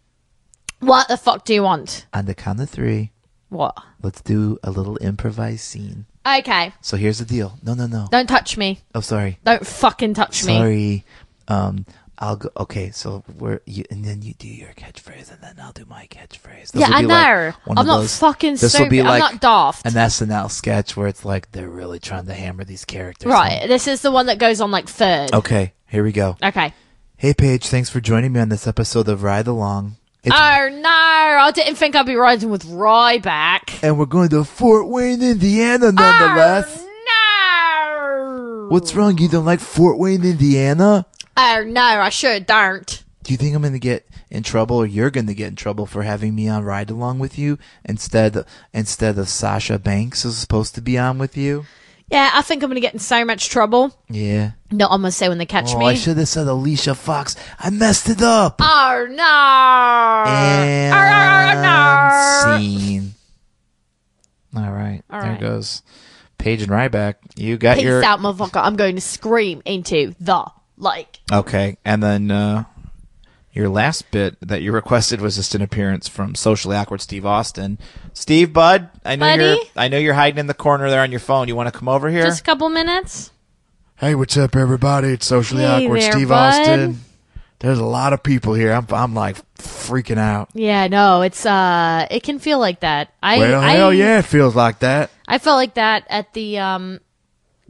S7: what the fuck do you want?
S3: On the count of three,
S7: What?
S3: let's do a little improvised scene.
S7: Okay,
S3: So here's the deal. No, no, no.
S7: don't touch me.
S3: Oh, sorry.
S7: Don't fucking touch me.
S3: sorry um i'll go okay so we're you, and then you do your catchphrase and then i'll do my catchphrase Those
S7: Yeah,
S3: will
S7: I
S3: be
S7: know.
S3: like one
S7: I'm
S3: of
S7: not
S3: those-
S7: fucking
S3: this will
S7: stupid.
S3: be
S7: I'm
S3: like
S7: not daft.
S3: an snl sketch where it's like they're really trying to hammer these characters
S7: Right, this is the one that goes on like third.
S3: home. okay here we go
S7: Okay.
S3: hey paige thanks for joining me on this episode of ride along it's,
S7: Oh no! I didn't think I'd be riding with Ryback.
S3: and we're going to fort wayne indiana
S7: uh,
S3: nonetheless
S7: Oh no!
S3: what's wrong you don't like fort wayne indiana
S7: Oh no! I sure don't.
S3: do you think I'm going to get in trouble or you're going to get in trouble for having me on ride along with you instead instead of Sasha Banks is supposed to be on with you?
S7: Yeah, I think I'm gonna get in so much trouble.
S3: Yeah.
S7: No, I'm gonna say when they catch
S3: Oh,
S7: me.
S3: I should have said Alicia Fox. I messed it up.
S7: Oh no!
S3: and
S7: Arr,
S3: scene. All right.
S7: All
S3: there
S7: right.
S3: it goes. Paige and Ryback, you got
S7: Peace
S3: your
S7: out, motherfucker! I'm going to scream into the like.
S3: Okay. And then uh your last bit that you requested was just an appearance from socially awkward Steve Austin. Steve, bud, I know
S7: Buddy?
S3: you're I know you're hiding in the corner there on your phone. You want to come over here?
S7: Just a couple minutes.
S3: Hey, what's up, everybody? It's socially
S7: Hey
S3: awkward
S7: there,
S3: Steve
S7: bud.
S3: Austin. There's a lot of people here. I'm I'm like freaking out.
S7: Yeah, no, it's uh, it can feel like that. I
S3: well,
S7: I,
S3: hell yeah, it feels like that.
S7: I felt like that at the um,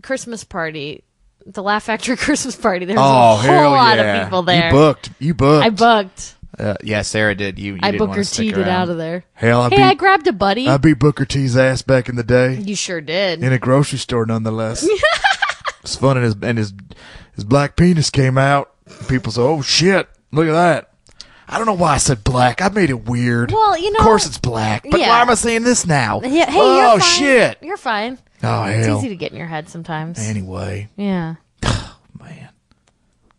S7: Christmas party, the Laugh Factory Christmas party. There was
S3: Oh,
S7: a whole
S3: hell
S7: lot
S3: yeah.
S7: of people there.
S3: You booked. You booked.
S7: I booked.
S3: Uh, yeah, Sarah did. You, you
S7: I
S3: didn't
S7: Booker
S3: want to
S7: T'd
S3: stick
S7: it
S3: around.
S7: out of there.
S3: Hell, I
S7: hey,
S3: beat
S7: I grabbed a buddy.
S4: I beat Booker T's ass back in the day
S7: you sure did.
S4: in a grocery store, nonetheless. it's fun, and his and his his black penis came out. People say, "Oh shit, look at that." I don't know why I said black. I made it weird.
S7: Well, you know-
S4: of course it's black, but
S7: Yeah.
S4: why am I saying this now?
S7: Yeah, hey,
S4: oh
S7: you're fine.
S4: shit!
S7: You're fine.
S4: Oh
S7: It's
S4: hell.
S7: easy to get in your head sometimes.
S4: Anyway,
S7: Yeah.
S4: man,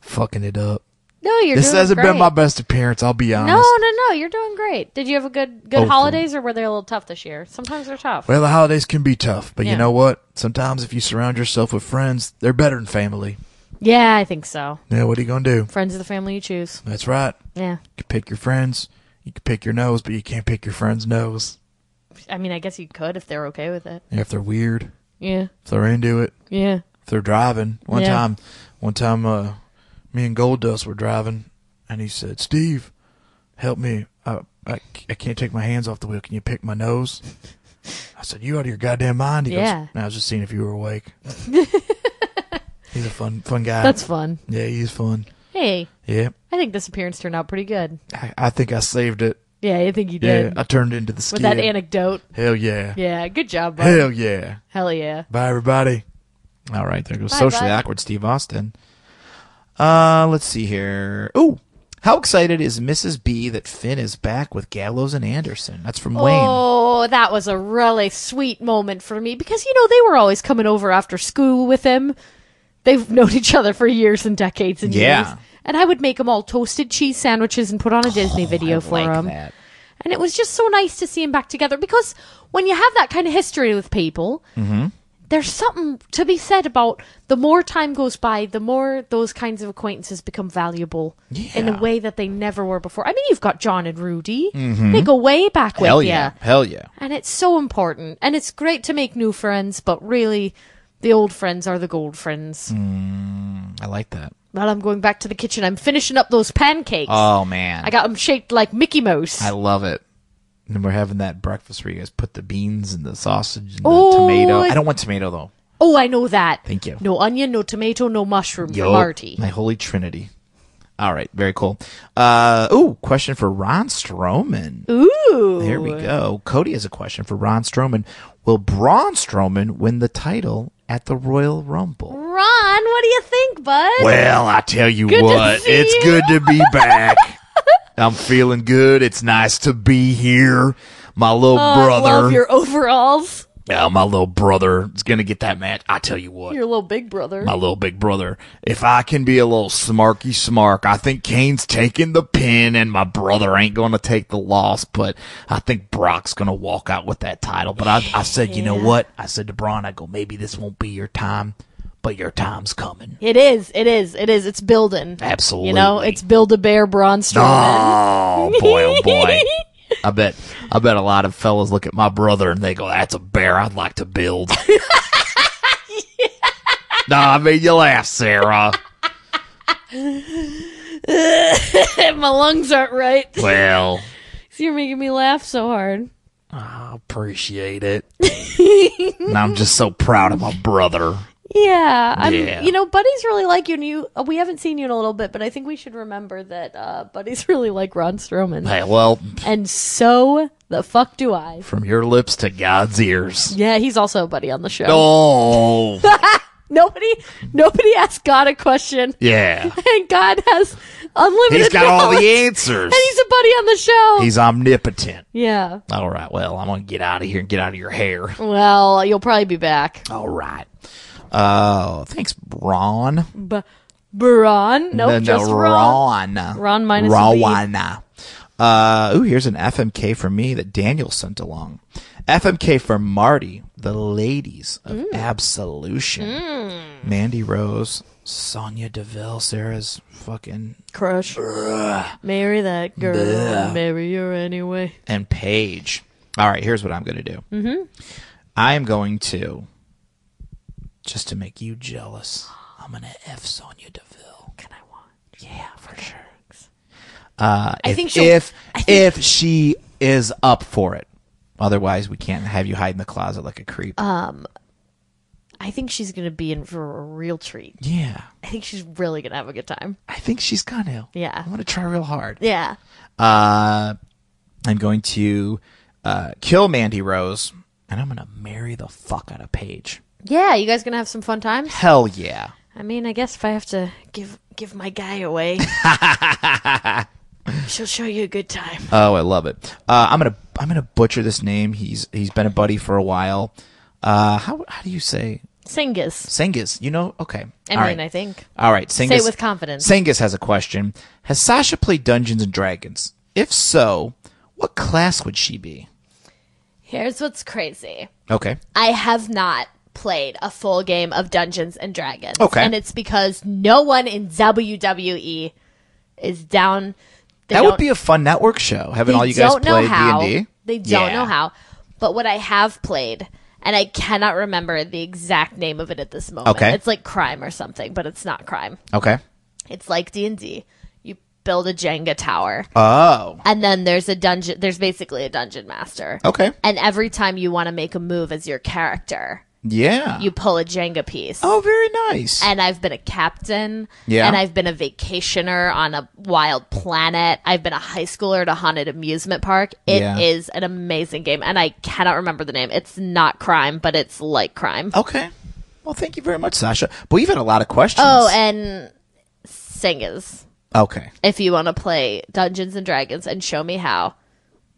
S4: fucking it up.
S7: No, you're
S4: This
S7: doing
S4: hasn't
S7: great.
S4: been my best appearance. I'll be honest.
S7: No, no, no. You're doing great. Did you have a good
S4: Oh,
S7: good holidays, or were they a little tough this year? Sometimes they're tough.
S4: Well, the holidays can be tough, but
S7: Yeah.
S4: you know what? Sometimes if you surround yourself with friends, they're better than family.
S7: yeah, I think so.
S4: Now, what are you gonna do?
S7: Friends of the family you choose.
S4: That's right.
S7: Yeah.
S4: You can pick your friends. You can pick your nose, but you can't pick your friend's nose.
S7: I mean, I guess you could if they're okay with it.
S4: If they're weird,
S7: Yeah.
S4: if they're into it,
S7: Yeah.
S4: if they're driving. One
S7: Yeah.
S4: time, one time, uh, me and Gold Dust were driving, and he said, "Steve, help me. I, I, c- I can't take my hands off the wheel. Can you pick my nose?" I said, "You out of your goddamn mind?" He
S7: Yeah.
S4: goes, "No, I was just seeing if you were awake." he's a fun, fun guy.
S7: That's fun.
S4: yeah, he's fun.
S7: Hey,
S4: Yeah,
S7: I think this appearance turned out pretty good.
S4: I, I think I saved it.
S7: Yeah, I think you
S4: Yeah,
S7: did.
S4: I turned into the skid.
S7: with that anecdote.
S4: Hell yeah.
S7: Yeah, good job, bud.
S4: Hell yeah.
S7: Hell yeah.
S4: Bye, everybody.
S3: All right, there goes
S7: Bye,
S3: socially
S7: bud.
S3: awkward Steve Austin. Uh, let's see here. Ooh, How excited is Mrs. B that Finn is back with Gallows and Anderson? That's from Wayne.
S7: Oh, that was a really sweet moment for me because you know they were always coming over after school with him. They've known each other for years and decades and
S3: Yeah.
S7: years. And I would make them all toasted cheese sandwiches and put on a Disney video for
S3: like
S7: them.
S3: that.
S7: And it was just so nice to see him back together because when you have that kind of history with people,
S3: Mm-hmm.
S7: there's something to be said about the more time goes by, the more those kinds of acquaintances become valuable in
S3: Yeah.
S7: a way that they never were before. I mean, you've got John and Rudy; they go way back
S3: Mm-hmm.
S7: with
S3: Hell
S7: ya.
S3: yeah. Hell yeah.
S7: and it's so important. And it's great to make new friends, but really, the old friends are the gold friends.
S3: Mm. I like that.
S7: Well, I'm going back to the kitchen. I'm finishing up those pancakes.
S3: Oh, man.
S7: I got them shaped like Mickey Mouse.
S3: I love it. And we're having that breakfast where you guys put the beans and the sausage and the
S7: Oh,
S3: tomato.
S7: I-
S3: I don't want tomato though.
S7: Oh, I know that.
S3: Thank you.
S7: No onion, no tomato, no mushroom.
S3: Yo,
S7: Marty.
S3: My holy trinity. All right, very cool. Uh, ooh, question for Ron Stroman.
S7: Ooh.
S3: There we go. Cody has a question for Ron Stroman. Will Braun Strowman win the title at the Royal Rumble?
S7: Ron, what do you think, bud?
S3: Well, I tell you
S7: to
S3: what,
S7: see
S3: it's
S7: you.
S3: good to be back. I'm feeling good. It's nice to be here. My little
S7: Oh, I
S3: brother.
S7: love your overalls.
S3: Yeah, my little brother is gonna get that match. I tell you what,
S7: Your little big brother.
S3: my little big brother. If I can be a little smarky smark, I think Kane's taking the pin, and my brother ain't gonna take the loss. But I think Brock's gonna walk out with that title. But I, I said, you know what? I said to Braun, I go, maybe this won't be your time, but your time's coming.
S7: It is. It is. It is. It's building.
S3: Absolutely.
S7: You know, it's build a bear Braun Strowman.
S3: Oh boy, oh boy. I bet, I bet a lot of fellas look at my brother and they go, "That's a bear I'd like to build." Nah, I made you laugh, Sarah.
S7: My lungs aren't right.
S3: Well,
S7: You're making me laugh so hard.
S3: I appreciate it. and I'm just so proud of my brother.
S7: Yeah, I'm.
S3: Yeah.
S7: You know, buddies really like you. And you, uh, we haven't seen you in a little bit, but I think we should remember that uh, buddies really like Ron Strowman,
S3: Hey, well,
S7: and so the fuck do I.
S3: from your lips to God's ears.
S7: Yeah, he's also a buddy on the show.
S3: Oh,
S7: Nobody, nobody asked God a question,
S3: yeah.
S7: and God has unlimited.
S3: He's got all the
S7: knowledge,
S3: answers.
S7: and he's a buddy on the show.
S3: He's omnipotent.
S7: yeah.
S3: All right, well, I'm going to get out of here and get out of your hair.
S7: Well, you'll probably be back.
S3: All right. Uh, thanks, Ron.
S7: B- Braun? Nope,
S3: No, no,
S7: just Ron.
S3: Ron.
S7: Ron minus a B.
S3: Ron. Uh, ooh, here's an FMK for me that Daniel sent along. FMK for Marty, the ladies of
S7: Mm.
S3: absolution. Mandy Rose, Sonia Deville, Sarah's fucking,
S7: Crush. Marry that girl. Marry her anyway.
S3: and Paige. All right, here's what I'm going to do. Mm-hmm. I am going to, just to make you jealous, I'm going to F Sonia Deville.
S7: Can I want?
S3: Yeah, for sure. Uh,
S7: I
S3: if,
S7: think she'll.
S3: if if she is up for it. Otherwise, we can't have you hide in the closet like a creep.
S7: Uh, I think she's gonna be in for a real treat.
S3: yeah,
S7: I think she's really gonna have a good time.
S3: I think she's gonna.
S7: Yeah.
S3: I'm gonna try real hard.
S7: Yeah.
S3: Uh, I'm going to uh, kill Mandy Rose, and I'm gonna marry the fuck out of Paige.
S7: Yeah, you guys gonna have some fun times?
S3: Hell yeah!
S7: I mean, I guess if I have to give give my guy away, she'll show you a good time.
S3: Oh, I love it. Uh, I'm gonna I'm gonna butcher this name. He's he's been a buddy for a while. Uh, how how do you say
S7: Singus.
S3: Sengus? You know? Okay.
S7: I mean,
S3: All right.
S7: I think.
S3: All right, Sengus,
S7: Say it with confidence.
S3: Sengus has a question. Has Sasha played Dungeons and Dragons? If so, what class would she be?
S7: Here's what's crazy.
S3: Okay.
S7: I have not played a full game of Dungeons and Dragons.
S3: Okay.
S7: And it's because no one in
S4: E
S7: WWE is down. They
S3: that would
S7: don't-
S3: be a fun network show, having
S7: they
S3: all you guys
S7: don't know
S3: play
S7: how.
S3: D&D.
S7: They don't
S3: Yeah.
S7: know how. But what I have played, and I cannot remember the exact name of it at this moment.
S3: Okay.
S7: It's like crime or something, but it's not crime.
S3: Okay.
S7: It's like D&D. You build a Jenga tower.
S3: Oh.
S7: and then there's a dungeon there's basically a dungeon master.
S3: Okay.
S7: And every time you want to make a move as your character,
S3: Yeah.
S7: you pull a Jenga piece.
S3: oh, very nice.
S7: and I've been a captain.
S3: Yeah.
S7: And I've been a vacationer on a wild planet. I've been a high schooler at a haunted amusement park. It is
S3: Yeah.
S7: an amazing game, and I cannot remember the name. It's not crime, but it's like crime.
S3: okay. Well, thank you very much, Sasha. But we've had a lot of questions.
S7: Oh, and Singas.
S3: Okay.
S4: if you want to play Dungeons and Dragons and show me how.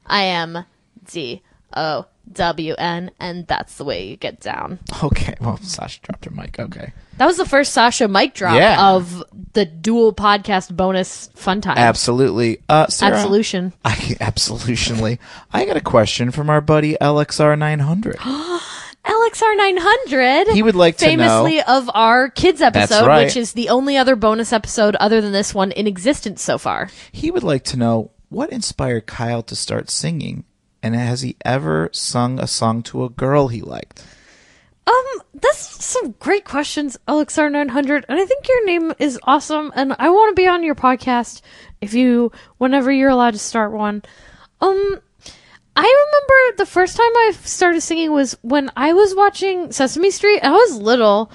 S4: I am D O W N, and that's the way you get down.
S3: Okay. Well, Sasha dropped her mic. Okay.
S4: That was the first Sasha mic drop
S3: Yeah.
S4: of the dual podcast bonus fun time.
S3: Absolutely. Uh, Sarah,
S4: Absolution.
S3: I, absolutionly. I got a question from our buddy LXR900.
S4: LXR 900.
S3: He would like to
S4: famously
S3: know-
S4: of our kids episode,
S3: right.
S4: which is the only other bonus episode other than this one in existence so far.
S3: He would like to know what inspired Kyle to start singing, and has he ever sung a song to a girl he liked?
S4: Um, that's some great questions, LXR nine hundred, and I think your name is awesome. And I want to be on your podcast if you, whenever you're allowed to start one. Um, I remember the first time I started singing was when I was watching Sesame Street. I was little,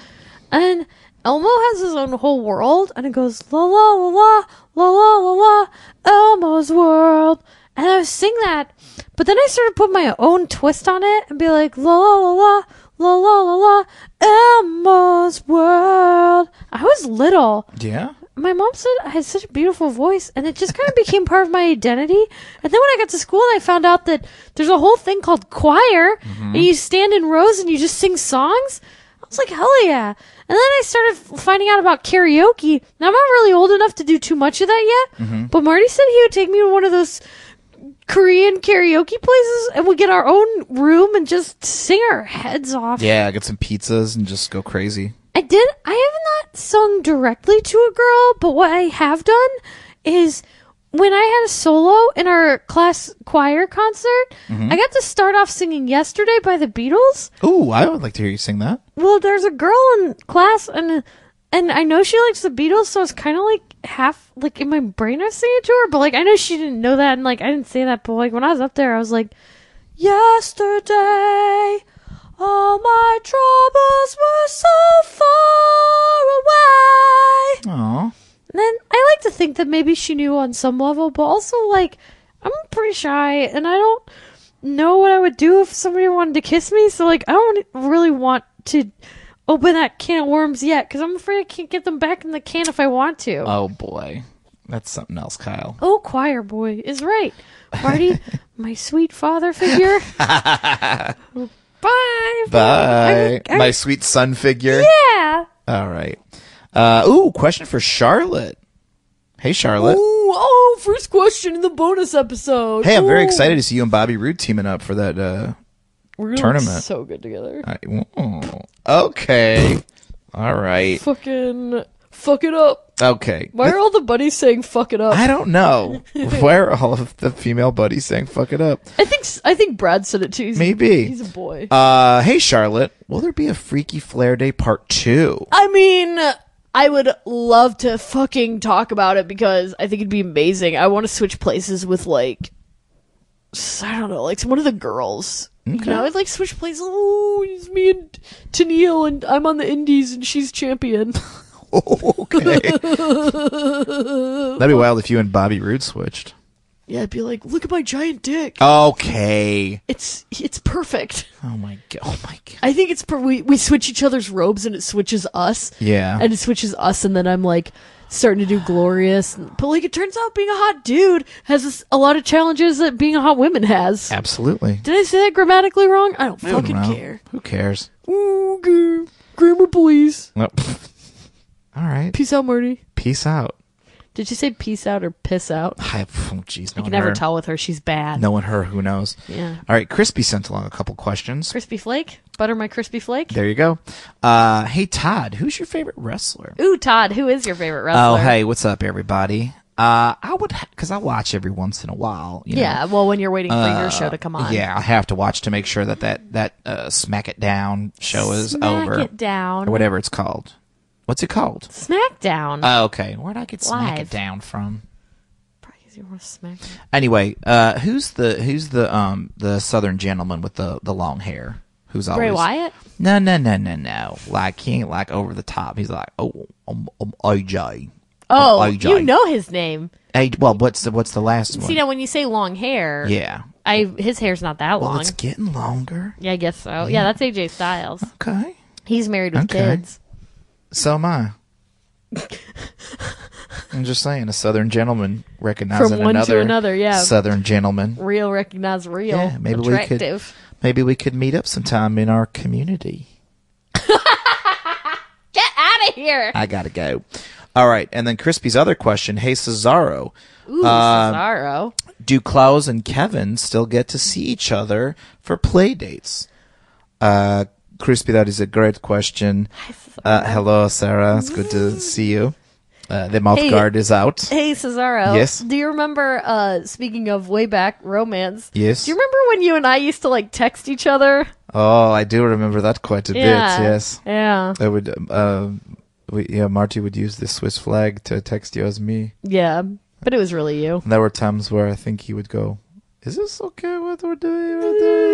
S4: and Elmo has his own whole world, and it goes la la la la la la la la Elmo's world, and I would sing that, but then I started put my own twist on it and be like la la la la la la la la Elmo's world. I was little.
S3: Yeah.
S4: My mom said I had such a beautiful voice, and it just kind of became part of my identity. And then when I got to school and I found out that there's a whole thing called choir, and you stand in rows and you just sing songs, I was like, hell yeah. And then I started f- finding out about karaoke. Now, I'm not really old enough to do too much of that yet, but Marty said he would take me to one of those Korean karaoke places and we get our own room and just sing our heads off.
S3: Yeah. Get some pizzas and just go crazy.
S4: I did. I have not sung directly to a girl, but what I have done is when I had a solo in our class choir concert, I got to start off singing "Yesterday" by the Beatles.
S3: Ooh, I would like to hear you sing that.
S4: Well, there's a girl in class, and and I know she likes the Beatles, so it's kind of like half like in my brain I was singing to her, but like I know she didn't know that, and like I didn't say that, but like when I was up there, I was like, "Yesterday." All my troubles were so far away.
S3: Aw.
S4: And then I like to think that maybe she knew on some level, but also like I'm pretty shy and I don't know what I would do if somebody wanted to kiss me. So like I don't really want to open that can of worms yet because I'm afraid I can't get them back in the can if I want to.
S3: Oh boy. That's something else, Kyle.
S4: oh, choir boy is right, Marty, my sweet father figure. Bye.
S3: Bye.
S4: I- I-
S3: My sweet son figure.
S4: Yeah.
S3: All right. Uh, ooh, question for Charlotte. Hey, Charlotte.
S8: Ooh, oh, first question in the bonus episode.
S3: Hey, I'm very
S8: Ooh.
S3: excited to see you and Bobby Roode teaming up for that uh,
S8: We're gonna look
S3: tournament.
S8: so good together.
S3: I- ooh. okay. All right.
S8: Fucking fuck it up.
S3: Okay.
S8: Why are all the buddies saying fuck it up?
S3: I don't know. Where are all of the female buddies saying fuck it up?
S8: I think s- I think Brad said it too. He's,
S3: Maybe.
S8: he's a boy.
S3: Uh, hey, Charlotte. Will there be a Freaky Flare Day part two?
S8: I mean, I would love to fucking talk about it because I think it'd be amazing. I want to switch places with like s- I don't know, like one of the girls. You know, I'd like switch places. Oh, it's me and Tennille, and I'm on the Indies, and she's champion.
S3: Okay. That'd be wild if you and Bobby Roode switched.
S8: yeah, I'd be like, look at my giant dick.
S3: Okay.
S8: It's it's perfect.
S3: Oh my god. Oh my god.
S8: I think it's per- we we switch each other's robes and it switches us.
S3: Yeah.
S8: and it switches us, and then I'm like starting to do glorious. But like, it turns out being a hot dude has this, a lot of challenges that being a hot woman has.
S3: Absolutely.
S8: Did I say that grammatically wrong? I don't
S3: I don't
S8: fucking
S3: know.
S8: care.
S3: Who cares?
S8: Ooh, gr- grammar, please.
S3: Well, All right.
S8: Peace out, Marty.
S3: Peace out.
S4: Did you say peace out or piss out?
S3: I, oh, geez,
S4: You
S3: knowing
S4: can never
S3: her,
S4: tell with her. She's bad.
S3: knowing her, who knows?
S4: Yeah.
S3: All right. Crispy sent along a couple questions.
S4: Crispy flake. Butter my crispy flake.
S3: There you go. Uh, hey Todd, who's your favorite wrestler?
S4: Ooh, Todd, who is your favorite wrestler?
S3: Oh, hey, what's up, everybody? Uh, I would because I watch every once in a while. You know.
S4: Yeah, well, when you're waiting for your show to come on.
S3: Yeah, I have to watch to make sure that that that uh, Smack It Down show is
S4: Smack
S3: over
S4: it down.
S3: or whatever it's called. What's it called?
S4: Smackdown.
S3: Oh, okay, where'd I get Smack
S4: Live.
S3: It Down from?
S4: Probably 'cause you want to smack it.
S3: Anyway, uh, who's the who's the um the Southern gentleman with the the long hair? Who's always
S4: Bray Wyatt?
S3: No, no, no, no, no. Like he ain't like over the top. He's like, oh, I'm, I'm AJ.
S4: Oh,
S3: I'm AJ.
S4: you know his name.
S3: Hey, well, what's the what's the last one?
S4: See now, when you say long hair,
S3: yeah.
S4: I his hair's not that
S3: Well,
S4: long.
S3: it's getting longer.
S4: Yeah, I guess so. Yeah, that's AJ Styles.
S3: Okay.
S4: He's married with
S3: Okay.
S4: kids.
S3: So am I. I'm just saying, a Southern gentleman recognizing
S7: From one to
S3: another,
S7: another, yeah.
S3: Southern gentleman.
S7: Real recognize real.
S3: Yeah, maybe
S4: Attractive.
S3: we could maybe we could meet up sometime in our community.
S4: Get out of here.
S3: I gotta go. All right, and then Crispy's other question: Hey Cesaro,
S4: Ooh,
S3: um,
S4: Cesaro.
S3: do Klaus and Kevin still get to see each other for play dates? Uh, Crispy, that is a great question. Uh, hello, Sarah. It's good to see you. Uh, the mouth
S7: Hey.
S3: guard is out.
S7: Hey Cesaro.
S3: Yes?
S7: Do you remember uh speaking of way back romance?
S3: Yes.
S7: Do you remember when you and I used to like text each other?
S3: Oh, I do remember that quite a bit. Yes,
S7: Yeah.
S3: I would. um, Uh, we, yeah, Marty would use the Swiss flag to text you as me.
S7: Yeah. But it was really you.
S3: And there were times where I think he would go, "Is this okay? What we're doing? What the-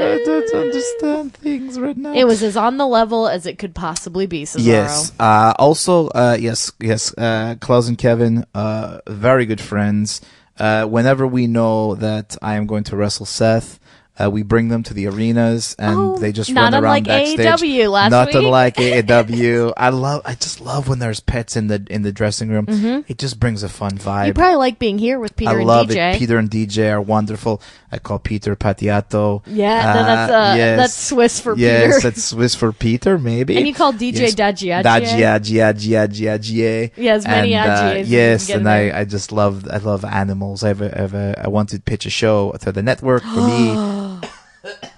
S3: I don't understand things right now."
S7: It was as on the level as it could possibly be, Cesaro.
S3: Yes. Uh, also, uh, yes, yes. Uh, Klaus and Kevin, uh, very good friends. Uh, whenever we know that I am going to wrestle Seth, uh, we bring them to the arenas and
S7: Oh,
S3: they just
S7: not
S3: run around
S7: unlike
S3: backstage.
S7: AEW last
S3: Nothing
S7: week.
S3: like AEW. E I love. I just love when there's pets in the in the dressing room. It just brings a fun vibe.
S7: Mm-hmm. You probably like being here with Peter
S3: I love
S7: and DJ.
S3: it. Peter and DJ are wonderful. I call Peter Patiato.
S7: Yeah, no, that's, uh, that's Swiss for
S3: yes,
S7: Peter.
S3: that's Swiss for Peter, maybe.
S7: And you call DJ Daggiaggi.
S3: Daggiaggi, Aggi, Aggi, Aggi.
S7: Yeah, as many
S3: and, uh,
S7: Aggies as you can
S3: Yes,
S7: get
S3: and
S7: in
S3: I,
S7: there.
S3: I just love I love animals. I've, I've uh, I want to pitch a show to the network for me,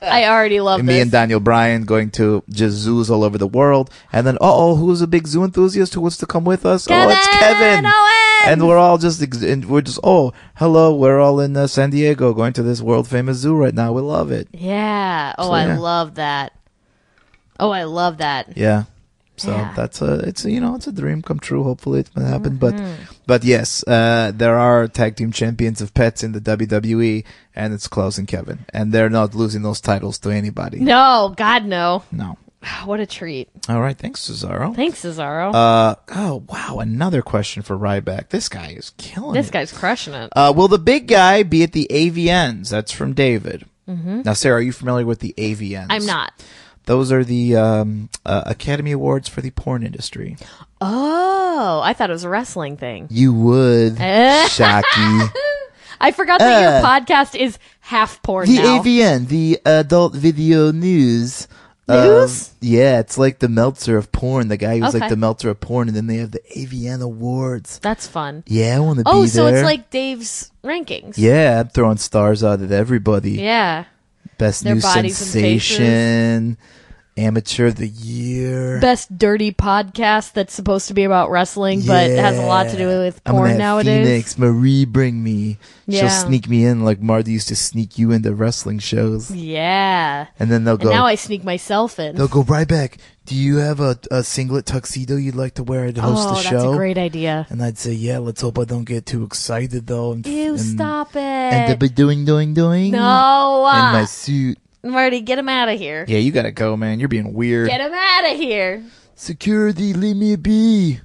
S7: I already love
S3: me
S7: this.
S3: and Daniel Bryan going to just zoos all over the world. And then, uh oh, who's a big zoo enthusiast who wants to come with us? oh, it's Kevin. And we're all just, ex- and we're just, oh, hello, we're all in uh, San Diego going to this world famous zoo right now. We love it.
S7: yeah. Oh,
S3: So,
S7: I
S3: yeah.
S7: love that. Oh, I love that.
S3: Yeah. So
S7: Yeah.
S3: that's a, it's a, you know, it's a dream come true. Hopefully it will happen.
S7: Mm-hmm.
S3: But, but yes, uh, there are tag team champions of pets in the WWE and it's Klaus and Kevin. And they're not losing those titles to anybody.
S7: No, God, no.
S3: No.
S7: Ah, What a treat.
S3: All right. Thanks, Cesaro.
S7: Thanks, Cesaro.
S3: Uh, oh, wow. Another question for Ryback. This guy is killing
S7: this
S3: it.
S7: guy's crushing it.
S3: Uh, will the big guy be at the AVNs? That's from David. Now, Sarah, are you familiar with the AVNs?
S7: Mm-hmm. I'm not.
S3: Those are the um, uh, Academy Awards for the porn industry.
S7: Oh, I thought it was a wrestling thing.
S3: You would, Shocky.
S7: I forgot that your
S3: Uh,
S7: podcast is half porn
S3: The
S7: now.
S3: AVN, the Adult Video News.
S7: News?
S3: Um, yeah, it's like the Meltzer of porn. The guy who's
S7: Okay.
S3: like the Meltzer of porn, and then they have the AVN Awards.
S7: That's fun.
S3: Yeah, I want to be
S7: Oh, so it's
S3: there.
S7: like Dave's rankings.
S3: yeah, I'm throwing stars out at everybody.
S7: Yeah.
S3: Best
S7: Their
S3: new
S7: bodies and
S3: sensation, amateur of the year.
S7: Best dirty podcast that's supposed to be about wrestling, but has a lot to do with
S3: I'm gonna
S7: porn
S3: have
S7: nowadays.
S3: Phoenix Marie, bring me.
S7: Yeah.
S3: She'll sneak me in like Marty used to sneak you into wrestling shows,
S7: Yeah.
S3: and then they'll
S7: And
S3: go.
S7: now I sneak myself in.
S3: they'll go right back. Do you have a, a singlet tuxedo you'd like to wear to host
S7: oh,
S3: the
S7: that's
S3: show?
S7: a great idea.
S3: and I'd say, yeah. Let's hope I don't get too excited though. And,
S7: Ew,
S3: and,
S7: stop it.
S3: And they'll be doing, doing, doing.
S7: no.
S3: In
S7: uh,
S3: my suit.
S7: Marty, get him out of here.
S3: Yeah, you gotta go, man. You're being weird.
S7: Get him out of here.
S3: Security, leave me be.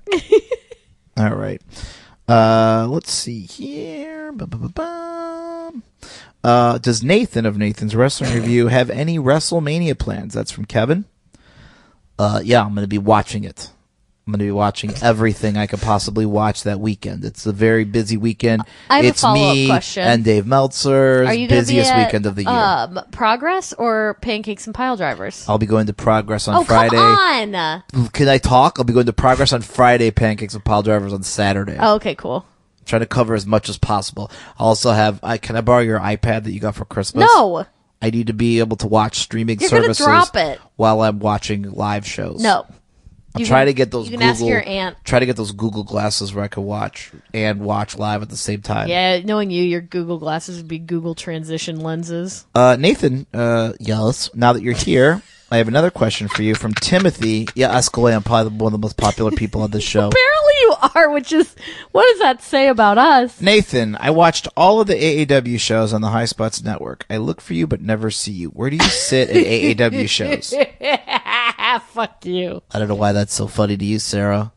S3: All right. Uh, let's see here. Ba, ba, ba, ba. Uh, does Nathan of Nathan's Wrestling Review have any WrestleMania plans? That's from Kevin. Uh, yeah, I'm going to be watching it. I'm going to be watching everything I could possibly watch that weekend. It's a very busy weekend.
S7: I have a
S3: it's
S7: follow-up
S3: me
S7: question.
S3: and Dave Meltzer's
S7: Are you gonna
S3: busiest
S7: be at,
S3: weekend of the year.
S7: Um, progress or pancakes and pile drivers?
S3: I'll be going to Progress on
S7: oh,
S3: Friday.
S7: come on.
S3: Can I talk? I'll be going to Progress on Friday, Pancakes and Pile Drivers on Saturday.
S7: Oh, okay, cool.
S3: trying to cover as much as possible. I also have. I can I borrow your iPad that you got for Christmas?
S7: No,
S3: I need to be able to watch streaming
S7: You're gonna
S3: services
S7: drop it.
S3: while I'm watching live shows.
S7: no.
S3: I'm
S7: You
S3: trying
S7: can-
S3: to get those.
S7: you can
S3: Google,
S7: ask your aunt.
S3: Try to get those Google glasses where I can watch and watch live at the same time.
S7: Yeah, knowing you, your Google glasses would be Google transition lenses.
S3: Uh, Nathan, uh, yes. Now that you're here, I have another question for you from Timothy. Yeah, Escalay. I'm probably one of the most popular people on this show.
S7: Apparently you are, which is what does that say about us?
S3: Nathan, I watched all of the AAW shows on the High Spots Network. I look for you but never see you. Where do you sit at AAW shows?
S7: Fuck you.
S3: I don't know why that's so funny to you, Sarah.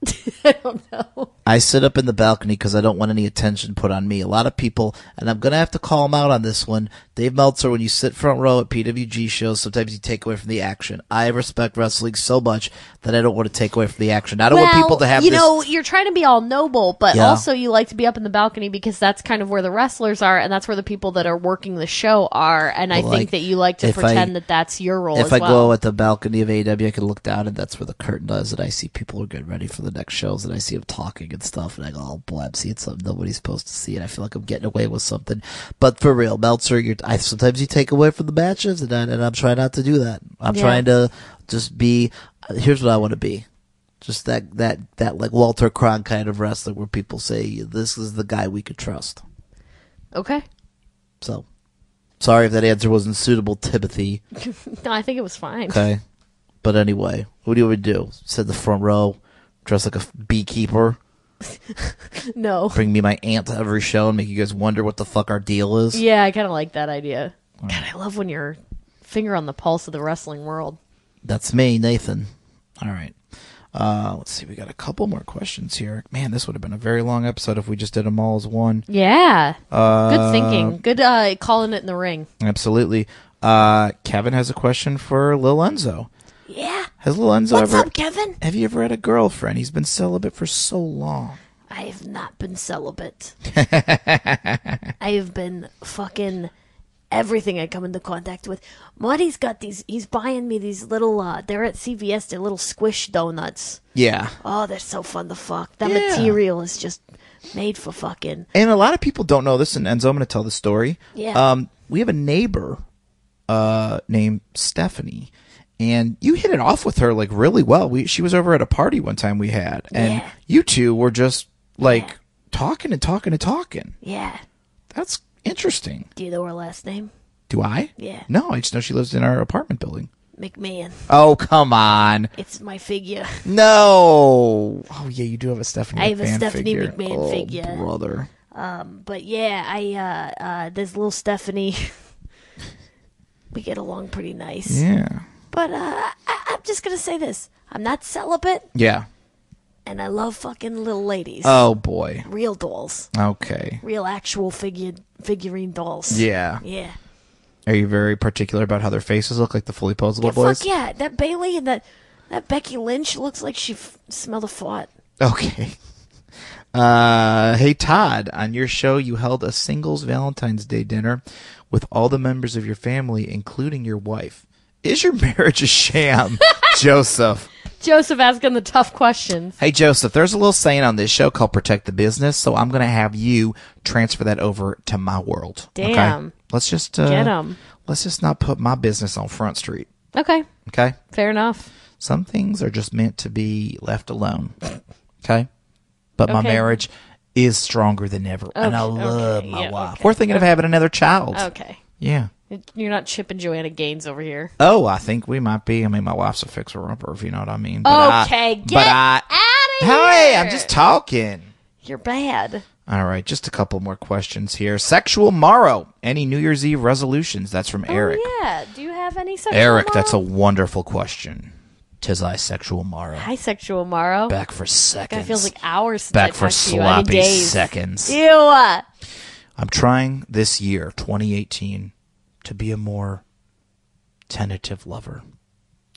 S3: I don't know.
S6: I sit up in the balcony because I don't want any attention put on me. A lot of people, and I'm going to have to call him out on this one. Dave Meltzer, when you sit front row at PWG shows, sometimes you take away from the action. I respect wrestling so much that I don't want to take away from the action. I don't want people to have
S7: you
S6: this.
S7: know you're trying to be all noble, but
S6: Yeah.
S7: also you like to be up in the balcony because that's kind of where the wrestlers are, and that's where the people that are working the show are. And I
S6: Well,
S7: think
S6: like,
S7: that you like to
S6: if I-
S7: pretend that that's your role.
S6: if
S7: as
S6: I
S7: well.
S6: go at the balcony of AEW, I can look down and that's where the curtain is, and I see people are getting ready for the next shows, and I see them talking and stuff, and I go, oh boy, I'm seeing something nobody's supposed to see, and I feel like I'm getting away with something. But for real, Meltzer, you're, I sometimes you take away from the matches, and, I, and I'm trying not to do that. I'm trying to just be. Here's what I want to be. Just that that that like Walter Cron kind of wrestler where people say this is the guy we could trust.
S7: okay,
S6: So, sorry if that answer wasn't suitable, Timothy.
S7: no, I think it was fine.
S6: Okay. But anyway, what do you would do? Sit in the front row, dress like a f- beekeeper,
S7: No,
S6: bring me my aunt to every show and make you guys wonder what the fuck our deal is?
S7: yeah, I kind of like that idea. God, I love when you're finger on the pulse of the wrestling world.
S6: That's me, Nathan.
S3: All right. Uh, let's see. We got a couple more questions here. Man, this would have been a very long episode if we just did them all as one.
S7: Yeah, good thinking. Good uh, calling it in the ring.
S3: Absolutely. Uh, Kevin has a question for Lil Enzo.
S7: Yeah.
S3: Has Lil Enzo
S7: What's
S3: ever?
S7: up, Kevin?
S3: Have you ever had a girlfriend? He's been celibate for so long.
S7: I have not been celibate. I have been fucking everything I come into contact with. Marty's got these. He's buying me these little. uh They're at CVS. They're little squish donuts.
S3: Yeah.
S7: Oh, they're so fun to fuck. That
S3: Yeah.
S7: material is just made for fucking.
S3: And a lot of people don't know this, and Enzo, I'm going to tell the story.
S7: Yeah.
S3: Um, we have a neighbor uh, named Stephanie, and you hit it off with her like really well. We she was over at a party one time we had, and
S7: Yeah.
S3: you two were just like talking and talking and talking.
S7: Yeah.
S3: That's interesting.
S7: Do you know her last name?
S3: Do I?
S7: Yeah.
S3: No, I just know she lives in our apartment building.
S7: McMahon.
S3: Oh come on!
S7: It's my figure.
S3: No. Oh yeah, you do have a Stephanie.
S7: I have a
S3: McMahon
S7: Stephanie
S3: figure.
S7: McMahon
S3: oh,
S7: figure.
S3: brother.
S7: But yeah, I uh, uh this little Stephanie. we get along pretty nice.
S3: Yeah.
S7: But uh, I, I'm just gonna say this: I'm not celibate,
S3: Yeah.
S7: and I love fucking little ladies,
S3: Oh boy.
S7: real dolls,
S3: Okay.
S7: real actual figure figurine dolls.
S3: Yeah.
S7: yeah.
S3: Are you very particular about how their faces look, like the fully posable
S7: Yeah,
S3: boys?
S7: Fuck yeah! That Bailey and that that Becky Lynch looks like she f- smelled a fart.
S3: Okay. Uh, hey Todd, on your show you held a singles Valentine's Day dinner with all the members of your family, including your wife. Is your marriage a sham, Joseph?
S7: Joseph asking the tough questions.
S3: Hey Joseph, there's a little saying on this show called "protect the business," so I'm gonna have you transfer that over to my world. okay?
S7: Damn.
S3: Let's just uh,
S7: Get 'em.
S3: Let's just not put my business on Front Street.
S7: Okay,
S3: Okay.
S7: fair enough.
S3: Some things are just meant to be left alone. Okay? But my
S7: Okay.
S3: marriage is stronger than ever. And I
S7: Okay,
S3: love
S7: okay,
S3: my
S7: yeah,
S3: wife.
S7: okay.
S3: We're thinking of having another child.
S7: Okay,
S3: Yeah.
S7: you're not chipping Joanna Gaines over here.
S3: Oh, I think we might be. I mean, my wife's a fixer upper, if you know what I mean. But
S7: Okay,
S3: I,
S7: get
S3: but I,
S7: Out
S3: Hey, I'm just talking.
S7: You're bad.
S3: All right, just a couple more questions here. Sexual Morrow. Any New Year's Eve resolutions? That's from Eric.
S7: Oh, Yeah. Do you have any sexual?
S3: Eric, that's a wonderful question. Tis I, Sexual Morrow.
S7: hi sexual morrow.
S3: Back for seconds.
S7: It feels like hours since I
S3: back for
S7: talked to you. I mean,
S3: sloppy
S7: days.
S3: seconds.
S7: Ew. uh,
S3: I'm trying this year, 2018, to be a more tentative lover,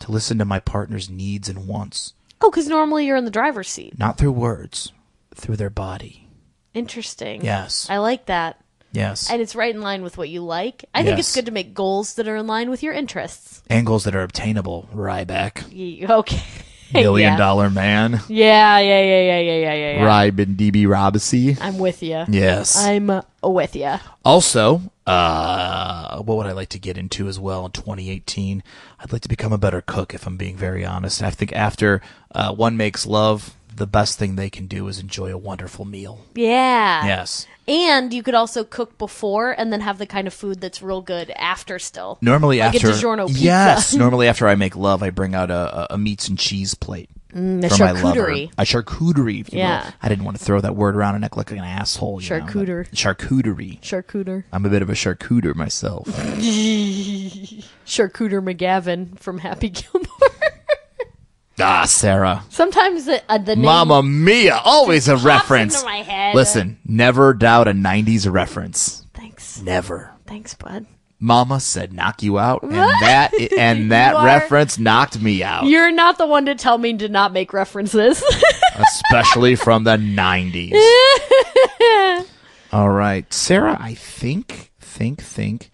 S3: to listen to my partner's needs and wants,
S7: Oh, because normally you're in the driver's seat.
S3: not through words, through their body.
S7: Interesting.
S3: Yes.
S7: I like that.
S3: Yes.
S7: And it's right in line with what you like. I think it's
S3: Yes.
S7: good to make goals that are in line with your interests.
S3: Angles that are obtainable. Ryback.
S7: Ye- Okay.
S3: Million
S7: yeah.
S3: dollar man.
S7: Yeah, yeah, yeah, yeah, yeah, yeah, yeah. yeah.
S3: Ryben DB Robesy.
S7: I'm with you.
S3: Yes.
S7: I'm uh, with you.
S3: Also, uh, what would I like to get into as well in 2018? I'd like to become a better cook, if I'm being very honest. And I think after uh, one makes love, the best thing they can do is enjoy a wonderful meal.
S7: Yeah.
S3: Yes.
S7: And you could also cook before and then have the kind of food that's real good after still.
S3: Normally
S7: Like a
S3: after
S7: DiGiorno pizza.
S3: yes, normally after I make love, I bring out a, a, a meats and cheese plate
S7: Mm, a
S3: for my lover.
S7: charcuterie.
S3: A charcuterie. If you
S7: Yeah.
S3: will. I didn't want to throw that word around and act like an asshole. you know, but-
S7: Charcuter.
S3: charcuterie.
S7: Charcuter.
S3: I'm a bit of a charcuter myself.
S7: Charcuter McGavin from Happy Gilmore.
S3: Ah, Sarah.
S4: Sometimes the, uh, the name
S3: Mamma Mia. Always a reference.
S4: into my head.
S3: Listen, never doubt a 90s reference.
S4: Thanks,
S3: Never.
S4: thanks, bud.
S3: Mama said knock you out and that and that reference knocked me out,
S7: You're not the one to tell me to not make references.
S3: especially from the 90s. All right, Sarah, I think think think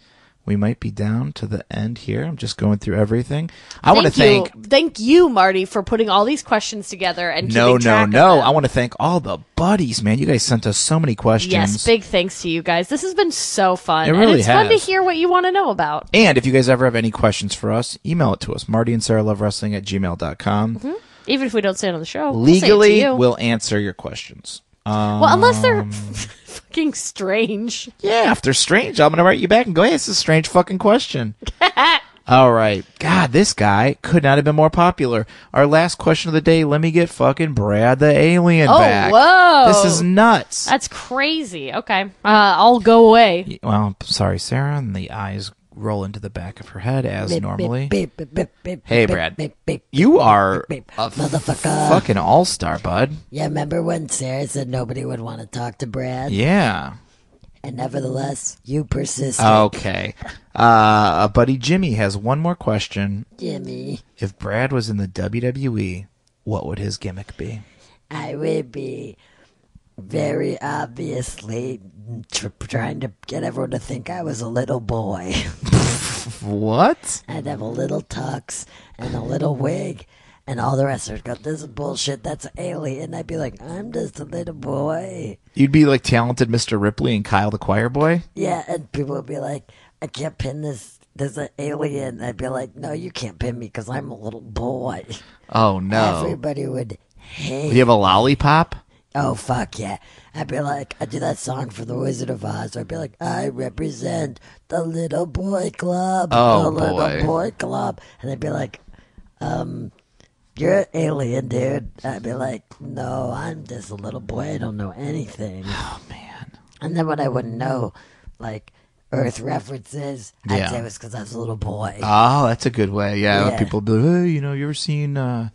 S3: we might be down to the end here. I'm just going through everything. I want to
S7: you.
S3: thank
S7: Thank you, Marty, for putting all these questions together and
S3: No,
S7: keeping track
S3: no,
S7: of
S3: no.
S7: them.
S3: I want to thank all the buddies, man. You guys sent us so many questions.
S7: Yes, big thanks to you guys. This has been so fun.
S3: It
S7: and
S3: really
S7: it's fun to
S3: has.
S7: hear what you want to know about.
S3: and if you guys ever have any questions for us, email it to us. Marty and Sarah Love Wrestling at gmail.com.
S7: Even if we don't say Mm-hmm. it on the show. we'll say it to
S3: Legally,
S7: you.
S3: we'll answer your questions. Um,
S7: Well, unless they're fucking strange.
S3: Yeah, if they're strange, I'm gonna write you back and go, "Hey, it's a strange fucking question." All right, God, this guy could not have been more popular. Our last question of the day. Let me get fucking Brad the alien
S7: Oh,
S3: back.
S7: whoa.
S3: this is nuts.
S7: That's crazy. Okay. Uh, I'll go away.
S3: Y- well, p- sorry, Sarah, and the eyes roll into the back of her head as normally.
S5: Beep, beep, beep, beep,
S3: Hey,
S5: beep,
S3: Brad.
S5: beep, beep,
S3: You are
S5: beep.
S3: a
S5: Motherfucker.
S3: fucking all star, bud.
S5: Yeah, remember when Sarah said nobody would want to talk to Brad?
S3: Yeah.
S5: And nevertheless, you persisted,
S3: Okay. Uh, our buddy Jimmy has one more question.
S5: Jimmy.
S3: If Brad was in the WWE, what would his gimmick be?
S5: I would be very obviously tr- trying to get everyone to think I was a little boy.
S3: What?
S5: I'd have a little tux and a little wig. And all the rest would go, this is bullshit, that's alien. I'd be like, I'm just a little boy.
S3: You'd be like talented Mr. Ripley and Kyle the Choir Boy?
S5: Yeah, and people would be like, I can't pin this. There's an alien. I'd be like, no, you can't pin me because I'm a little boy.
S3: Oh, no.
S5: Everybody would hate.
S3: Do you have a lollipop?
S5: Oh fuck yeah! I'd be like, I do that song for the Wizard of Oz. I'd be like, I represent the little boy club,
S3: Oh,
S5: the
S3: boy.
S5: little boy club, and they'd be like, um, you're an alien, dude. I'd be like, no, I'm just a little boy. I don't know anything. Oh man! And then when I wouldn't know, like Earth references,
S3: Yeah.
S5: I'd say it was because I was a little boy.
S3: Oh, that's a good way. Yeah.
S5: Yeah.
S3: People be like, hey, you know, you ever seen uh,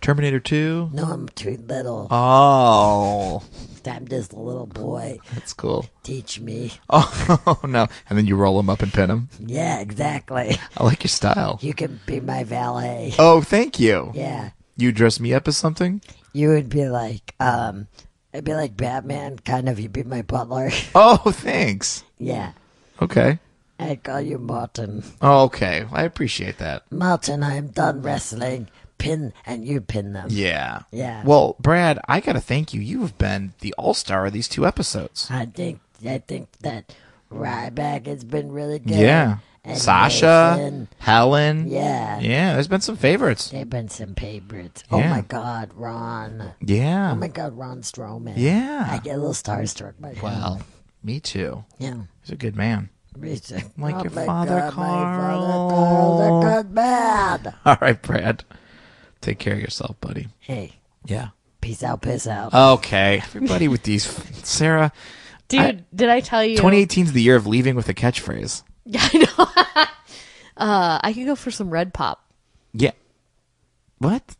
S3: Terminator 2?
S5: no, I'm too little.
S3: Oh,
S5: I'm just a little boy.
S3: that's cool.
S5: Teach me.
S3: Oh no! And then you roll them up and pin them.
S5: Yeah, exactly.
S3: I like your style.
S5: You can be my valet.
S3: Oh, thank you.
S5: Yeah.
S3: You dress me up as something.
S5: You would be like, um, I'd be like Batman, kind of. You'd be my butler.
S3: Oh, thanks.
S5: yeah.
S3: Okay.
S5: I'd call you Martin.
S3: Oh, okay. I appreciate that.
S5: Martin, I'm done wrestling. Pin, and you pin them.
S3: Yeah.
S5: Yeah.
S3: Well, Brad, I gotta thank you. You've been the all star of these two episodes.
S5: I think, I think that Ryback has been really good.
S3: Yeah.
S5: And
S3: Sasha,
S5: Nathan.
S3: Helen.
S5: Yeah.
S3: Yeah. There's been some favorites.
S5: They've been some favorites.
S3: Yeah.
S5: Oh my God, Ron.
S3: Yeah.
S5: Oh my God, Ron Strowman.
S3: Yeah.
S5: I get a little starstruck by him.
S3: wow. Me too.
S5: Yeah.
S3: He's a good man.
S5: Reason.
S3: Like your
S5: my
S3: father,
S5: God,
S3: Carl.
S5: My father, Carl. That got bad.
S3: All right, Brad. Take care of yourself, buddy.
S5: Hey,
S3: Yeah.
S5: peace out, piss out.
S3: Okay. Everybody with these. Sarah,
S7: Dude,
S3: I-
S7: did I tell you?
S3: 2018 is the year of leaving with a catchphrase.
S7: Uh, I could go for some red pop.
S3: Yeah. What?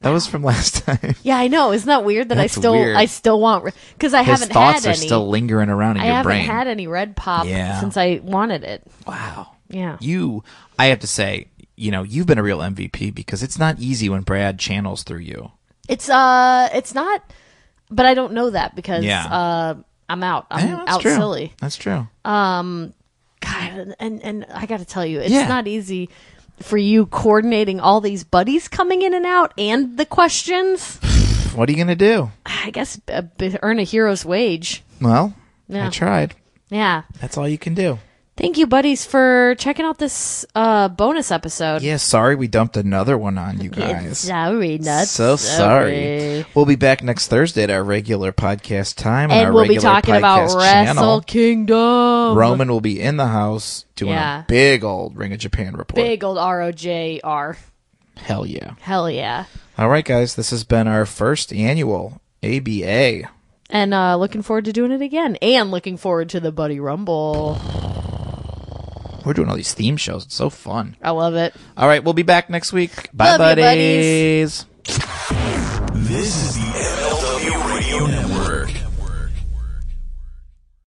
S3: That was from last time.
S7: Yeah, I know. Isn't that weird that
S3: That's
S7: I still
S3: weird.
S7: I still want because I
S3: His
S7: haven't
S3: thoughts
S7: had
S3: are
S7: any.
S3: still lingering around in
S7: I
S3: your
S7: haven't
S3: brain.
S7: had any red pop
S3: Yeah.
S7: since I wanted it.
S3: wow.
S7: Yeah.
S3: You, I have to say, you know, you've been a real MVP because it's not easy when Brad channels through you.
S7: It's uh it's not but I don't know that because
S3: Yeah.
S7: uh I'm out. I'm
S3: Yeah, that's
S7: out
S3: true.
S7: silly. Um,
S3: That's true.
S7: God, and and I got to tell you, it's
S3: Yeah.
S7: not easy for you coordinating all these buddies coming in and out and the questions.
S3: What are you going to do?
S7: I guess uh, b- earn a hero's wage.
S3: Well, I
S7: Yeah.
S3: tried.
S7: Yeah.
S3: That's all you can do.
S7: Thank you, buddies, for checking out this uh, bonus episode.
S3: Yeah, sorry we dumped another one on you guys.
S7: Sorry, not
S3: so sorry. We'll be back next Thursday at our regular podcast time. on
S7: And
S3: our
S7: we'll be
S3: regular
S7: talking about
S3: podcast
S7: Wrestle
S3: channel.
S7: Kingdom.
S3: Roman will be in the house doing
S7: Yeah.
S3: a big old Ring of Japan report.
S7: Big old R O J R.
S3: Hell yeah.
S7: Hell yeah.
S3: All right, guys, this has been our first annual ABA.
S7: And uh, looking forward to doing it again. And looking forward to the Buddy Rumble.
S3: We're doing all these theme shows. It's so fun.
S7: I love it.
S3: All right, we'll be back next week. Bye,
S7: Love you, buddies.
S3: buddies.
S1: This is the MLW Radio Network.